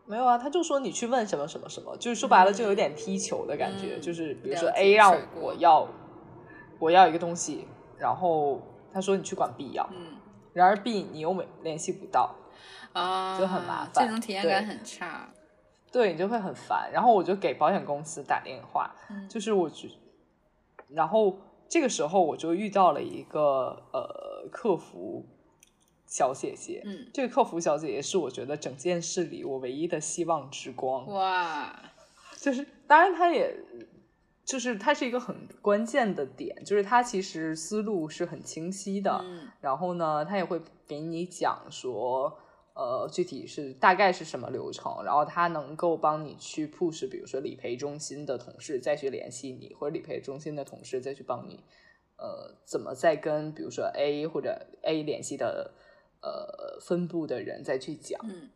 S2: 没有啊，他就说你去问什么什么什么，就是说白了就有点踢球的感觉，
S1: 嗯
S2: 就是比如说
S1: 了解
S2: A 让
S1: 甩锅
S2: 我要我要一个东西，然后他说你去管 B 要，
S1: 嗯
S2: 然而 B 你又没联系不到，
S1: 啊，
S2: 就很麻烦
S1: 这种体验感
S2: 对
S1: 很差。
S2: 对你就会很烦。然后我就给保险公司打电话，
S1: 嗯
S2: 就是我只，然后这个时候我就遇到了一个呃客服小姐姐，
S1: 嗯，
S2: 这个客服小姐姐是我觉得整件事里我唯一的希望之光。
S1: 哇，
S2: 就是当然他也。就是它是一个很关键的点，就是它其实思路是很清晰的，
S1: 嗯
S2: 然后呢，他也会给你讲说，呃，具体是大概是什么流程，然后他能够帮你去 push，比如说理赔中心的同事再去联系你，或者理赔中心的同事再去帮你，呃，怎么再跟比如说 A 或者 A 联系的呃分部的人再去讲，
S1: 嗯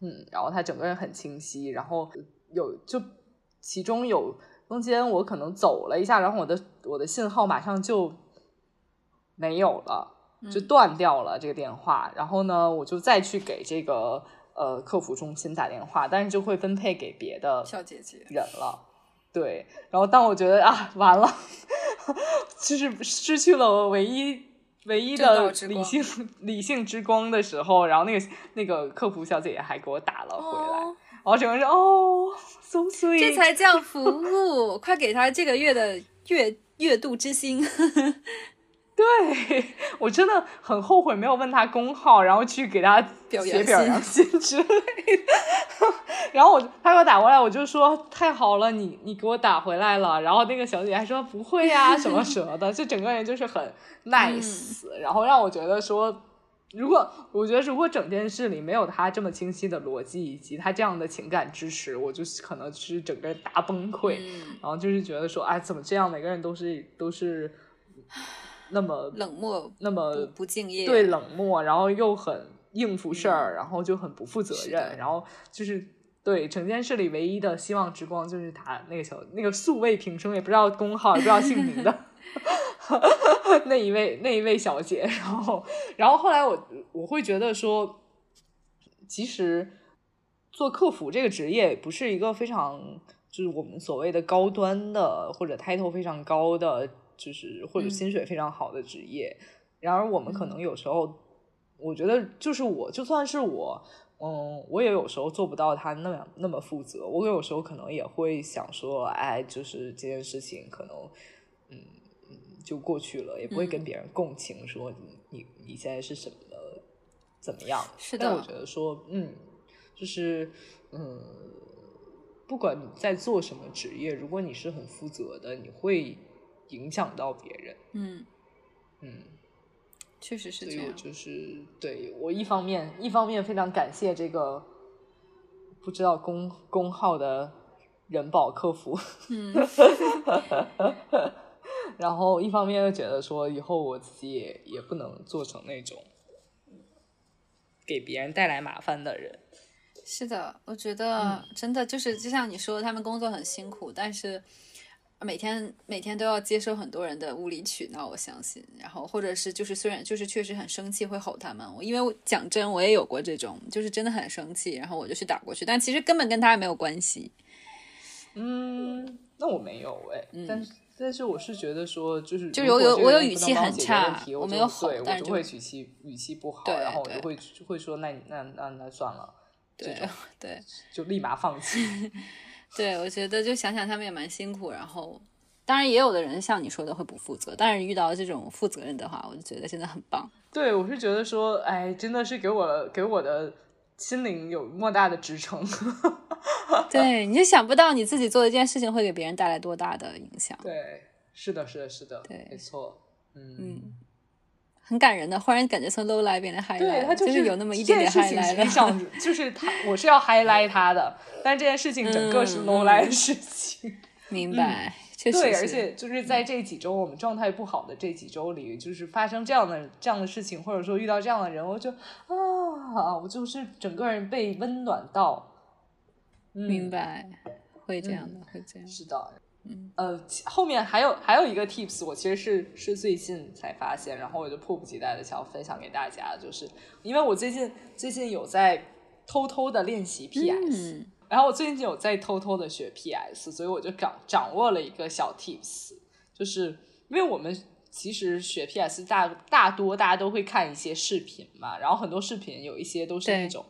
S2: 嗯，然后他整个人很清晰，然后有就其中有中间我可能走了一下，然后我的我的信号马上就没有了，就
S1: 嗯
S2: 断掉了这个电话。然后呢，我就再去给这个呃客服中心打电话，但是就会分配给别的
S1: 小姐姐，
S2: 人了。对，然后当我觉得啊完了， 就是失去了我唯一唯一
S1: 正道
S2: 的
S1: 之
S2: 理
S1: 光
S2: 性 理性之光的时候，然后那个那个客服小姐姐还给我打了回来，
S1: 哦
S2: 然后整个人哦，so sweet，
S1: 这才叫服务， 快给他这个月的月月度之星。
S2: 对我真的很后悔没有问他工号，然后去给他
S1: 表
S2: 写
S1: 扬
S2: 表
S1: 信
S2: 扬信之类的。 然后我他给我打过来，我就说太好了，你你给我打回来了。然后那个小姐还说不会呀、什么什么的， 就整个人就是很
S1: 嗯
S2: nice，、然后让我觉得说。如果我觉得，如果整件事里没有他这么清晰的逻辑，以及他这样的情感支持，我就可能是整个人大崩溃。
S1: 嗯，
S2: 然后就是觉得说，哎，怎么这样？每个人都是都是那么
S1: 冷漠
S2: 那
S1: 不
S2: 么
S1: 不敬业。
S2: 呃对冷漠，然后又很应付事儿，然后就很不负责
S1: 嗯是的
S2: 任，然后就是对整件事里唯一的希望之光就是他那个小那个素未平生，也不知道工号，也不知道姓 名的那一位那一位小姐。然后，然后后来我我会觉得说，其实做客服这个职业不是一个非常就是我们所谓的高端的或者 title 非常高的，就是或者
S1: 嗯
S2: 薪水非常好的职业。然而我们可
S1: 嗯
S2: 能有时候，我觉得就是我就算是我。嗯，我也有时候做不到他那么那么负责，我有时候可能也会想说，哎，就是这件事情可能，嗯，嗯就过去了，也不会跟
S1: 嗯
S2: 别人共情，说你你你现在是什么的怎么样？
S1: 是
S2: 但我
S1: 的
S2: 觉得说，嗯，就是嗯，不管你在做什么职业，如果你是很负责的，你会影响到别人，
S1: 嗯，
S2: 嗯。
S1: 确实是
S2: 所
S1: 这
S2: 以我
S1: 样。
S2: 就是对我一方面一方面非常感谢这个不知道公公号的人保客服，
S1: 嗯，
S2: 然后一方面又觉得说以后我自己也也不能做成那种给别人带来麻烦的人。
S1: 是的，我觉
S2: 嗯
S1: 得真的就是，就像你说，他们工作很辛苦，但是每天每天都要接受很多人的无理取闹，我相信。然后或者是就是虽然就是确实很生气，会吼他们。我因为我讲真，我也有过这种，就是真的很生气，然后我就去打过去，但其实根本跟他也没有关系。
S2: 嗯，那我没有哎、
S1: 嗯
S2: 但是。但是我是觉得说，就是
S1: 就有
S2: 如果
S1: 有
S2: 这个
S1: 我有
S2: 人
S1: 语
S2: 不能
S1: 气
S2: 帮我
S1: 很
S2: 解决
S1: 差
S2: 问题
S1: 我
S2: 我
S1: 没
S2: 就
S1: 有吼
S2: 对
S1: 但是
S2: 我就
S1: 就
S2: 会语气语气不好，
S1: 对
S2: 然后我
S1: 对
S2: 就会就会说那你那那那算了，这
S1: 对
S2: 种
S1: 对
S2: 就立马放弃。
S1: 对，我觉得就想想他们也蛮辛苦，然后。当然，也有的人像你说的会不负责，但是遇到这种负责任的话，我就觉得真的很棒。
S2: 对，我是觉得说，哎，真的是给我给我的心灵有莫大的支撑。
S1: 对，你就想不到你自己做的一件事情会给别人带来多大的影响。
S2: 对，是的，是的，是的，
S1: 对
S2: 没错，嗯，
S1: 嗯，很感人的，忽然感觉从 low 来变成 high
S2: 对他
S1: 就是有那么一点点
S2: 这件事
S1: high
S2: 情
S1: 来
S2: 实际
S1: 了。
S2: 上就是他，我是要 highlight 他的，但这件事情整个是
S1: 嗯
S2: low 来的事 情。
S1: 明白，确实
S2: 嗯对，
S1: 是
S2: 而且就是在这几周我们状态不好的这几周里，就是发生这样的这样的事情，或者说遇到这样的人，我就啊，我就是整个人被温暖到。嗯、
S1: 明白，会这样的，会这样。
S2: 是的，
S1: 嗯，
S2: 呃，其后面还有还有一个 tips，我其实是是最近才发现，然后我就迫不及待的想要分享给大家，就是因为我最近最近有在偷偷的练习 PS，、
S1: 嗯，
S2: 然后我最近有在偷偷的学 PS，所以我就掌掌握了一个小 tips，就是因为我们其实学 PS 大大多大家都会看一些视频嘛，然后很多视频有一些都是
S1: 对
S2: 那种。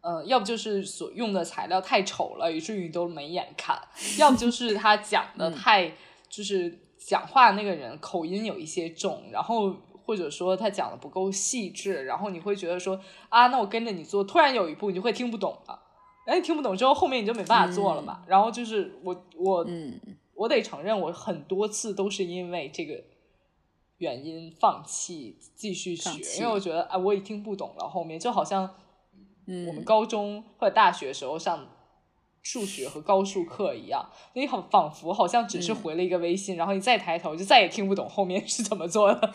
S2: 呃，要不就是所用的材料太丑了，以至于你都没眼看；要不就是他讲的太，就是讲话那个人口音有一些重，然后或者说他讲的不够细致，然后你会觉得说啊，那我跟着你做，突然有一步你就会听不懂了，哎，你听不懂之后后面你就没办法做了嘛。然后就是我我
S1: 嗯，
S2: 我得承认，我很多次都是因为这个原因放弃继续
S1: 放弃
S2: 学，因为我觉得啊，我也听不懂了。后面就好像
S1: 嗯
S2: 我们高中或者大学时候上数学和高数课一样，你好仿佛好像
S1: 嗯
S2: 只是回了一个微信，然后你再抬头就再也听不懂后面是怎么 做的。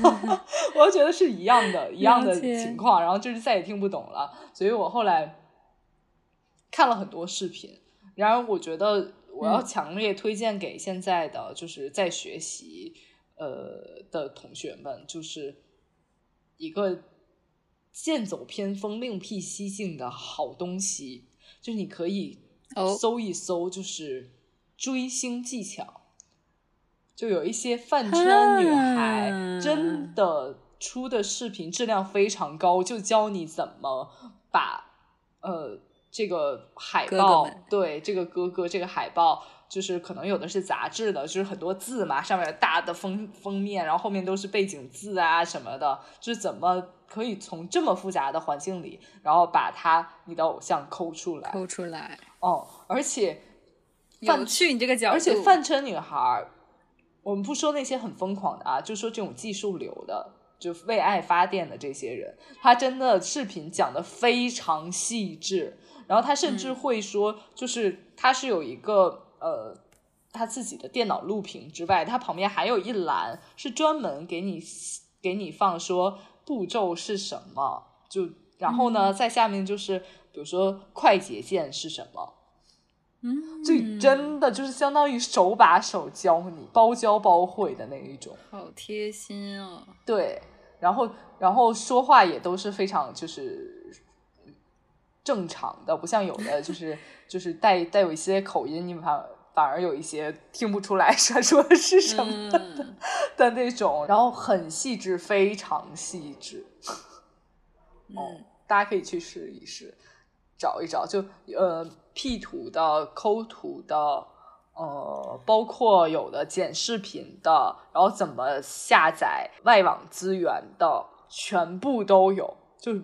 S2: 我就觉得是一样的，一样的
S1: 了解
S2: 情况，然后就是再也听不懂了。所以我后来看了很多视频，然而我觉得我
S1: 嗯
S2: 要强烈推荐给现在的就是在学习呃的同学们，就是一个剑走偏锋、另辟蹊径的好东西，就是你可以
S1: 哦
S2: 搜一搜，就是追星技巧。就有一些饭圈女孩
S1: 啊
S2: 真的出的视频质量非常高，就教你怎么把呃这个海
S1: 哥哥
S2: 报，
S1: 们
S2: 对这个哥哥这个海报，就是可能有的是杂志的，就是很多字嘛，上面有大的封封面，然后后面都是背景字啊什么的，就是怎么可以从这么复杂的环境里，然后把他你的偶像抠出来
S1: 抠出来，
S2: 哦，而且
S1: 有趣，你这个角度，
S2: 而且饭圈女孩儿，我们不说那些很疯狂的啊，就说这种技术流的，就为爱发电的这些人，她真的视频讲的非常细致，然后她甚至会说，就是她是有一个呃。她自己的电脑录屏之外，她旁边还有一栏是专门给你给你放说步骤是什么，就然后呢，在下面就是比如说快捷键是什么，
S1: 嗯，
S2: 就真的就是相当于手把手教你，包教包会的那一种。
S1: 好贴心哦，
S2: 对，然后然后说话也都是非常就是正常的，不像有的就是就是带带有一些口音，你反反而有一些听不出来 他说的是什么
S1: 嗯，
S2: 的那种，然后很细致，非常细致。
S1: 嗯，
S2: 大家可以去试一试，找一找，就呃 P 图的、抠图的，呃，包括有的剪视频的，然后怎么下载外网资源的，全部都有，就是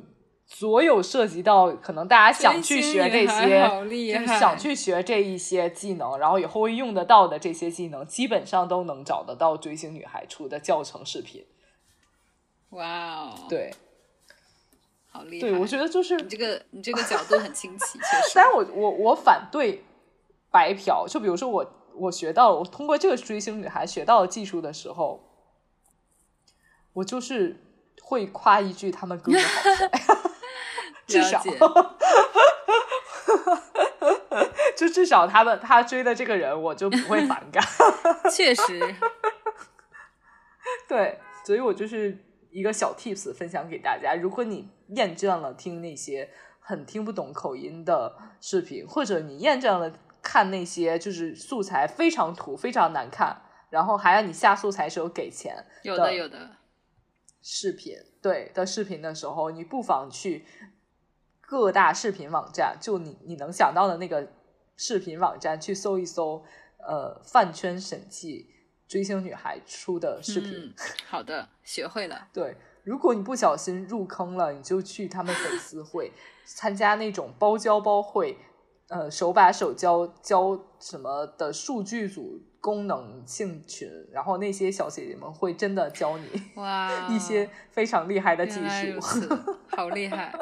S2: 所有涉及到可能大家想去学
S1: 追
S2: 这
S1: 星女
S2: 些
S1: 孩好，厉
S2: 就是
S1: 害
S2: 想去学这一些技能，然后以后会用得到的这些技能，基本上都能找得到追星女孩出的教程视频。
S1: 哇哦，，
S2: 对，
S1: 好厉害，
S2: 对，我觉得就是
S1: 你这个你这个角度很清奇，确实，
S2: 但是我我我反对白嫖，就比如说我我学到我通过这个追星女孩学到的技术的时候，我就是会夸一句他们哥哥好帅，至
S1: 了
S2: 少
S1: 解
S2: 就至少他们他追的这个人我就不会反感，
S1: 确实，
S2: 对，所以我就是一个小 tips 分享给大家。如果你厌倦了听那些很听不懂口音的视频，或者你厌倦了看那些就是素材非常土、非常难看，然后还要你下素材时候给钱
S1: 有的有的，
S2: 视频，对的视频的时候，你不妨去各大视频网站，就你你能想到的那个视频网站去搜一搜，呃，饭圈审计追星女孩出的视频。
S1: 嗯，好的，学会了，
S2: 对，如果你不小心入坑了，你就去他们粉丝会参加那种包教包会，呃，手把手教教什么的数据组功能性群，然后那些小姐姐们会真的教你
S1: 哇，
S2: 一些非常厉害的技
S1: 哦原来 如
S2: 术。
S1: 此，好厉害，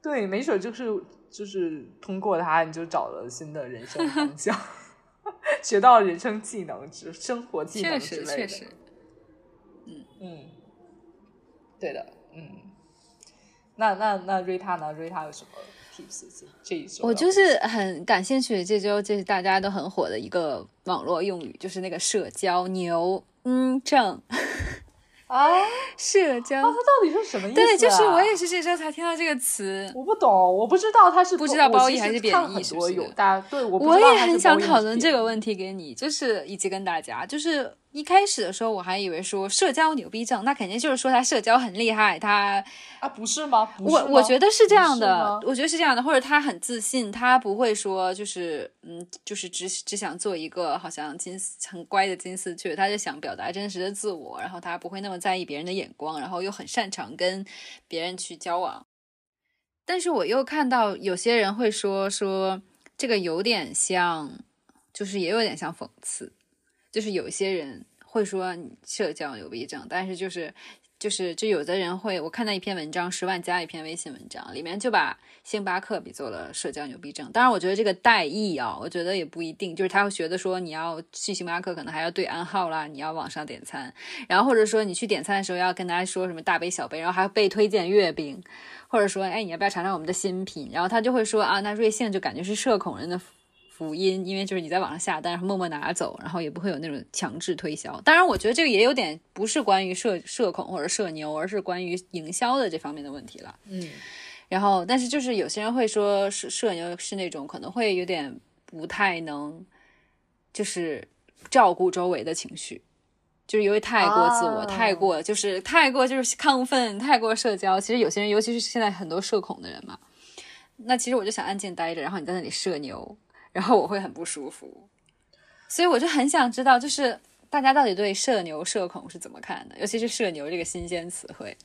S2: 对，没准就是就是通过它，你就找了新的人生方向， 学到人生技能之生活技
S1: 确
S2: 能之
S1: 实
S2: 类的。
S1: 确实，
S2: 嗯，对的，嗯。那那那瑞塔呢？瑞塔有什么 tips？这一周
S1: 我
S2: 要
S1: 就是很感兴趣，这周就是大家都很火的一个网络用语，就是那个社交牛。嗯，正
S2: 啊啊！
S1: 社交
S2: 它，到底是什么意思、啊？
S1: 对，就是我也是这周才听到这个词，
S2: 我不懂，我不知道它是
S1: 不知道褒义
S2: 我其实
S1: 还是贬义
S2: 看很
S1: 是不
S2: 多
S1: 是
S2: 有大家对我不
S1: 我
S2: 知道
S1: 也
S2: 它是
S1: 很想
S2: 褒义
S1: 讨论这个
S2: 题。
S1: 问题给你，就是以及跟大家，就是一开始的时候我还以为说社交牛逼症，那肯定就是说他社交很厉害，他
S2: 啊，不是吗？不是
S1: 我我觉
S2: 得
S1: 得是这
S2: 不
S1: 样
S2: 是
S1: 的
S2: 吗，
S1: 我觉得是这样的，或者他很自信，他不会说就是嗯，就是只只想做一个好像金丝很乖的金丝雀，他就想表达真实的自我，然后他不会那么在意别人的眼光，然后又很擅长跟别人去交往。但是我又看到有些人会说说这个有点像，就是也有点像讽刺，就是有些人会说你社交牛逼症，但是就是就是就有的人会，我看到一篇文章，十万加一篇微信文章，里面就把星巴克比作了社交牛逼症。当然，我觉得这个代意啊，我觉得也不一定，就是他会觉得说你要去星巴克，可能还要对暗号啦，你要网上点餐，然后或者说你去点餐的时候要跟大家说什么大杯小杯，然后还要被推荐月饼，或者说哎你要不要尝尝我们的新品，然后他就会说啊，那瑞幸就感觉是社恐人的福音，因为就是你在网上下单，然后默默拿走，然后也不会有那种强制推销。当然，我觉得这个也有点不是关于社社恐或者社牛，而是关于营销的这方面的问题了。
S2: 嗯，
S1: 然后，但是就是有些人会说社社牛是那种可能会有点不太能，就是照顾周围的情绪，就是因为太过自我，
S2: 啊
S1: 太过就是太过就是亢奋，太过社交。其实有些人，尤其是现在很多社恐的人嘛，那其实我就想安静待着，然后你在那里社牛，然后我会很不舒服。所以我就很想知道，就是大家到底对社牛、社恐是怎么看的，尤其是社牛这个新鲜词汇。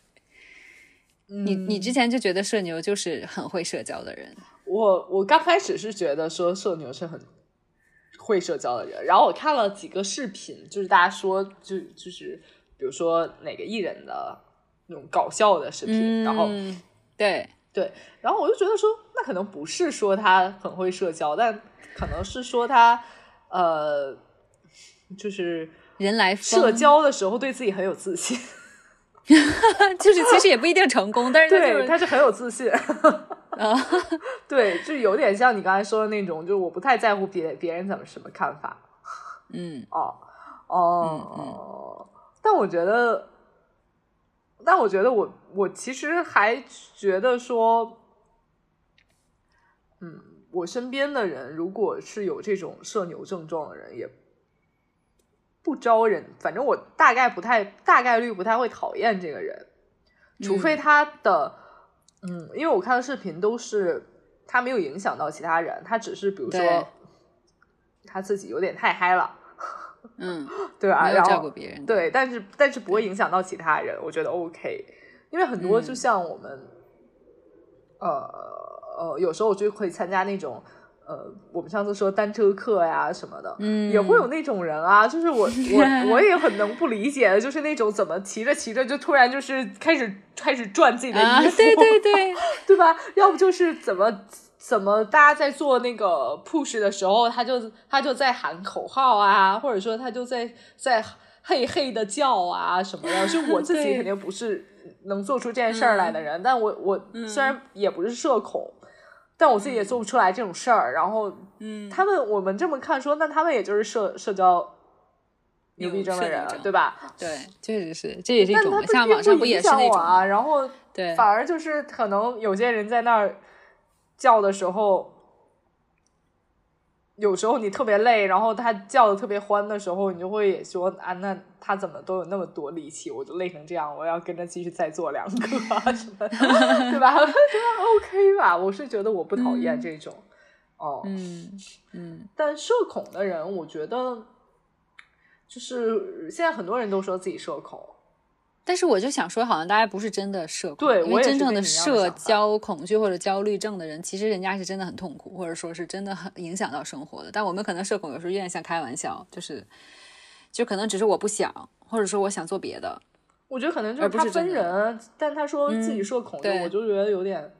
S1: 你
S2: 嗯
S1: 你之前就觉得社牛就是很会社交的人，
S2: 我我刚开始是觉得说社牛是很会社交的人，然后我看了几个视频，就是大家说就就是比如说哪个艺人的那种搞笑的视频，然后
S1: 嗯对，
S2: 对，然后我就觉得说，那可能不是说他很会社交，但可能是说他呃，就是
S1: 人来疯
S2: 社交的时候对自己很有自信，
S1: 就是其实也不一定成功，但是他就
S2: 对，
S1: 是
S2: 他是很有自 信。
S1: 啊，
S2: 对，就有点像你刚才说的那种，就是我不太在乎别别人怎么什么看法
S1: 嗯
S2: 哦
S1: 嗯
S2: 哦、但我觉得，但我觉得我我其实还觉得说，嗯，我身边的人如果是有这种社牛症状的人，也不招人，反正我大概不太大概率不太会讨厌这个人，
S1: 嗯
S2: 除非他的，嗯因为我看的视频都是他没有影响到其他人，他只是比如
S1: 对
S2: 说他自己有点太嗨了，
S1: 嗯，
S2: 对吧？
S1: 没有
S2: 啊然
S1: 照
S2: 后
S1: 顾别人，，
S2: 对，但是但是不会影响到其他人，我觉得 OK。因为很多
S1: 嗯
S2: 就像我们，呃呃，有时候我就会参加那种，呃，我们上次说单车课呀什么的，
S1: 嗯，
S2: 也会有那种人啊。就 是我我我也很能不理解的，就是那种怎么骑着骑着就突然就是开始开始转自己的
S1: 啊
S2: 衣，服，
S1: 对对 对，
S2: 对吧？要不就是怎么怎么大家在做那个 push 的时候，他就他就在喊口号啊，或者说他就在在嘿嘿的叫啊什么的。就我自己
S1: 对嗯
S2: 肯定不是能做出这件事儿来的人，但我我虽然也不是社恐。但我自己也做不出来这种事儿，然后
S1: 嗯，
S2: 他们我们这么看说，那他们也就是社社交牛逼症的
S1: 社牛
S2: 人
S1: 症，
S2: 对吧？
S1: 对，确实是，这也是一
S2: 但
S1: 种
S2: 他
S1: 嘛，像
S2: 并
S1: 网上
S2: 不
S1: 也
S2: 影
S1: 是
S2: 响
S1: 那
S2: 我
S1: 种，
S2: 啊，然后
S1: 对
S2: 反而就是可能有些人在那儿叫的时候，有时候你特别累，然后他叫的特别欢的时候，你就会也说啊，那他怎么都有那么多力气，我就累成这样，我要跟着继续再做两个啊什么的，对吧？觉 得 OK 吧，我是觉得我不讨厌
S1: 嗯
S2: 这种，哦，
S1: 嗯 嗯
S2: 但社恐的人，我觉得就是现在很多人都说自己社恐，
S1: 但是我就想说，好像大家不是真的社恐，
S2: 对
S1: 因
S2: 我
S1: 为
S2: 也是
S1: 真正
S2: 跟你一样的
S1: 社
S2: 想法
S1: 交恐惧或者焦虑症的人，其实人家是真的很痛苦，或者说是真的很影响到生活的。但我们可能社恐有时候有点像开玩笑，就是就可能只是我不想，或者说我想做别的。
S2: 我觉得可能就
S1: 而
S2: 是
S1: 不
S2: 他
S1: 是
S2: 分
S1: 真的嗯
S2: 人，啊但他说自己社恐，
S1: 对
S2: 我就觉得有点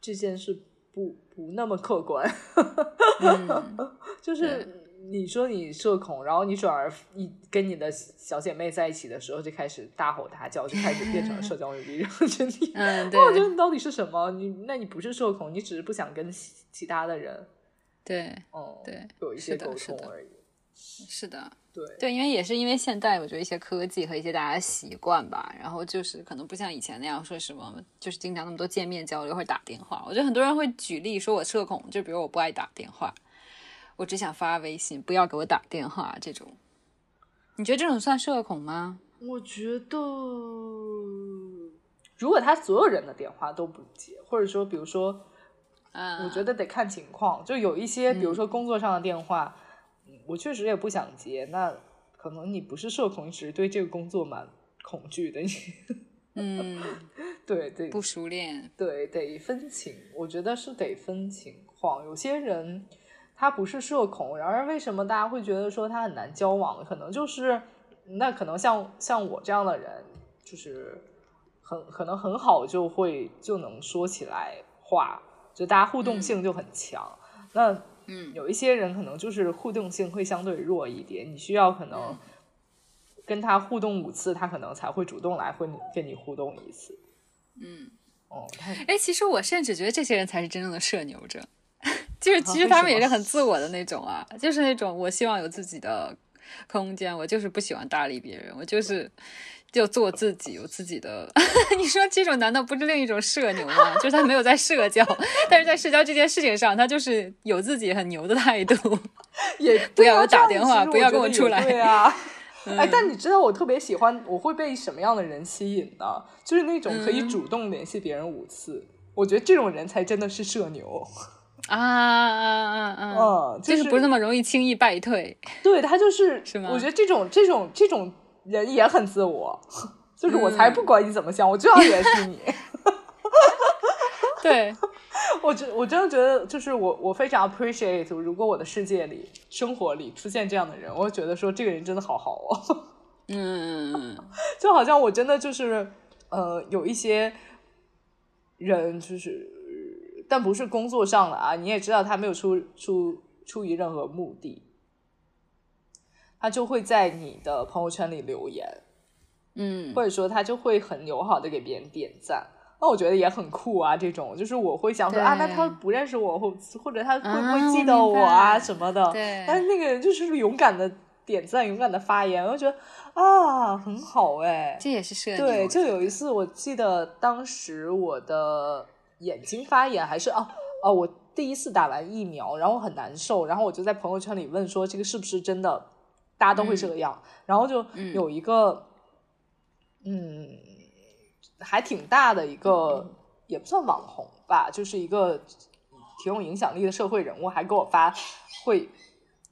S2: 这件事不不那么客观。
S1: 嗯，
S2: 就是你说你社恐，然后你转而一跟你的小姐妹在一起的时候，就开始大吼大叫，就开始变成了社交牛逼症。真的，
S1: 嗯
S2: 那我觉
S1: 对
S2: 得你到底是什么？你那你不是社恐，你只是不想跟其其他的人，
S1: 对
S2: 嗯，
S1: 对，
S2: 有一
S1: 是
S2: 些
S1: 的
S2: 沟
S1: 是
S2: 通
S1: 的
S2: 而已。
S1: 是的。
S2: 对，
S1: 对，因为也是因为现在我觉得一些科技和一些大家习惯吧，然后就是可能不像以前那样说什么，就是经常那么多见面交流或者打电话。我觉得很多人会举例说我社恐，就比如我不爱打电话，我只想发微信，不要给我打电话这种。你觉得这种算社恐吗？
S2: 我觉得，如果他所有人的电话都不接，或者说，比如说，
S1: 啊，
S2: 我觉得得看情况，就有一些，比
S1: 嗯
S2: 如说工作上的电话，嗯我确实也不想接。那可能你不是社恐，你只是对这个工作蛮恐惧的。你
S1: 嗯，
S2: 对对
S1: 不熟练，
S2: 对，得分情，我觉得是得分情况。有些人他不是社恐，然而为什么大家会觉得说他很难交往？可能就是那可能像像我这样的人，就是很可能很好就会就能说起来话，就大家互动性就很强。那
S1: 嗯
S2: 有一些人可能就是互动性会相对弱一点，你需要可能跟他互动五次，他可能才会主动来会跟你互动一次。
S1: 嗯，
S2: 哦，他
S1: 哎，其实我甚至觉得这些人才是真正的社牛症， 就是
S2: 啊
S1: 其实
S2: 为
S1: 他
S2: 什
S1: 们
S2: 么
S1: 也是很自我的那种啊，就是那种我希望有自己的空间，我就是不喜欢搭理别人，我就是就做自己，有自己的。 你说这种难道不是另一种社牛吗？就是他没有在社交， 但是在社交这件事情上，他就是有自己很牛的态度。
S2: 也
S1: 不
S2: 对
S1: 要
S2: 啊
S1: 我
S2: 这
S1: 打
S2: 样
S1: 电
S2: 其
S1: 话
S2: 实
S1: 不要
S2: 觉
S1: 跟我
S2: 得
S1: 出
S2: 也
S1: 来嗯
S2: 对啊，哎，但你知道我特别喜欢，我会被什么样的人吸引呢？就是那种可以
S1: 嗯
S2: 主动联系别人五次，我觉得这种人才真的是社牛。
S1: 啊啊啊啊！
S2: 嗯，
S1: 就是是不是那么容易轻易败退，
S2: 对他就是，
S1: 是吗
S2: 我觉得这种这种这种人也很自我， 就是我才
S1: 嗯
S2: 不管你怎么想，我就要联系 你。
S1: 对，
S2: 我真我真的觉得，就是我我非常 appreciate，如果我的世界里、生活里出现这样的人，我会觉得说这个人真的好好哦。
S1: 嗯，
S2: 就好像我真的就是，呃，有一些人就是，但不是工作上的啊，你也知道他没有出出出于任何目的，他就会在你的朋友圈里留言，
S1: 嗯
S2: 或者说他就会很友好的给别人点赞。那我觉得也很酷啊，这种就是我会想说啊，那
S1: 对
S2: 他不认识我，或或者他会不
S1: 啊
S2: 会记
S1: 我
S2: 得
S1: 明
S2: 我啊
S1: 白
S2: 什么的。
S1: 对
S2: 但是那个人就是勇敢的点赞，勇敢的发言，我就觉得啊，很好哎、
S1: 这也是社牛。啊
S2: 对，就有一次我记得当时我的眼睛发炎还是哦哦，我第一次打完疫苗，然后我很难受，然后我就在朋友圈里问说这个是不是真的，大家都会这样，然后就
S1: 嗯
S2: 有一个嗯还挺大的一个也不算网红吧，就是一个挺有影响力的社会人物，还给我发会。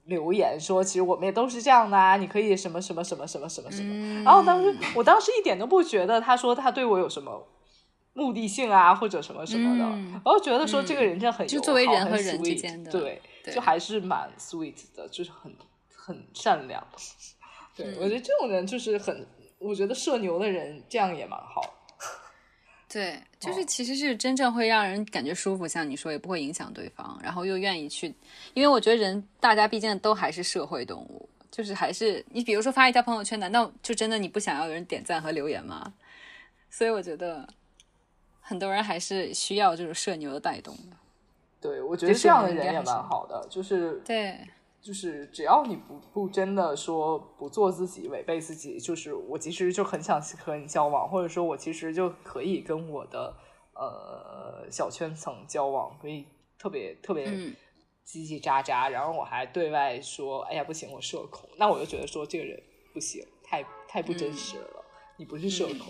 S2: 留言说，其实我们也都是这样的啊，你可以什么什么什么什么什么什么，
S1: 嗯，
S2: 然后当时我当时一点都不觉得他说他对我有什么目的性啊，或者什么什么的，
S1: 嗯
S2: 然后觉得说这个人真的很
S1: 就
S2: 友好
S1: 作为人和
S2: 很
S1: 人之
S2: sweet，
S1: 间的
S2: 对，
S1: 对
S2: 就还是蛮 sweet 的，就是很很 善良。对、
S1: 嗯
S2: 我觉得这种人就是很，我觉得社牛的人这样也蛮好。
S1: 对，就
S2: 哦
S1: 是其实是真正会让人感觉舒服，像你说也不会影响对方，然后又愿意去，因为我觉得人大家毕竟都还是社会动物，就是还是你比如说发一条朋友圈，难道就真的你不想要有人点赞和留言吗？ 所以我觉得很多人还是需要这种社牛的带动的。
S2: 对，我觉
S1: 对
S2: 得
S1: 社
S2: 这
S1: 牛
S2: 样的
S1: 应
S2: 人
S1: 该
S2: 也
S1: 还是
S2: 蛮好的，就是
S1: 对，
S2: 就是只要你不不真的说不做自己，违背自己，就是我其实就很想和你交往，或者说我其实就可以跟我的呃小圈层交往，可以特别特别
S1: 嗯
S2: 叽叽喳喳，然后我还对外说，哎呀不行，我社恐，那我就觉得说这个人不行，太太不
S1: 嗯
S2: 真实了，你不是社恐。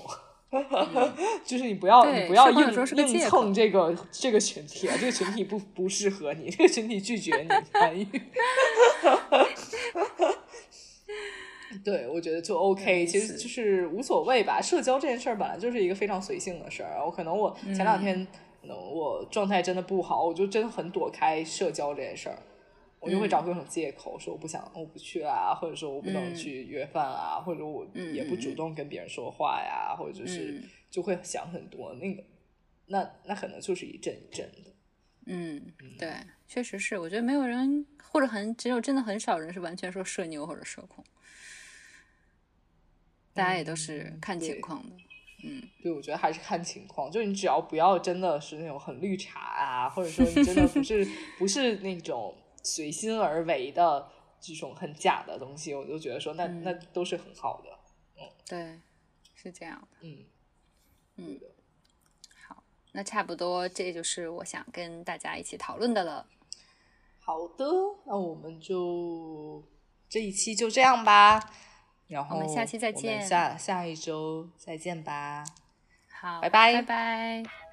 S2: 就是你不要，
S1: 对
S2: 你不要
S1: 社恐
S2: 硬
S1: 有时候是个
S2: 硬
S1: 借口
S2: 蹭这个这个群体啊，这个群体不不适合你，这个群体拒绝你参与。 对，我觉得就 OK，
S1: 嗯
S2: 其实
S1: 是
S2: 就是无所谓吧。社交这件事儿本来就是一个非常随性的事儿，我可能我
S1: 嗯
S2: 前两天可能我状态真的不好，我就真的很躲开社交这件事儿，
S1: 嗯
S2: 我就会找各种借口，说我不想，我不去啊，或者说我不能
S1: 嗯
S2: 去约饭啊，或者我
S1: 嗯
S2: 也不
S1: 嗯
S2: 主
S1: 嗯
S2: 动跟别人说话呀，或者是
S1: 嗯
S2: 就会想很多那个，那那可能就是一阵一阵的。
S1: 嗯，对，确实是，我觉得没有人，或者很只有真的很少人是完全说社牛或者社恐，大家也都是
S2: 嗯
S1: 看
S2: 对
S1: 情况的。
S2: 对，我觉得还是看情况，就你只要不要真的是那种很绿茶啊，或者说你真的不 是不是那种随心而为的这种很假的东西，我就觉得说那、那
S1: 嗯
S2: 都是很好的。
S1: 对，是这样的。
S2: 嗯，
S1: 嗯，好，那差不多这就是我想跟大家一起讨论的了。
S2: 好的，那我们就这一期就这样吧，然后
S1: 我们下期再
S2: 我们
S1: 见
S2: 下下一周再见吧。
S1: 好，
S2: 拜拜
S1: 拜拜。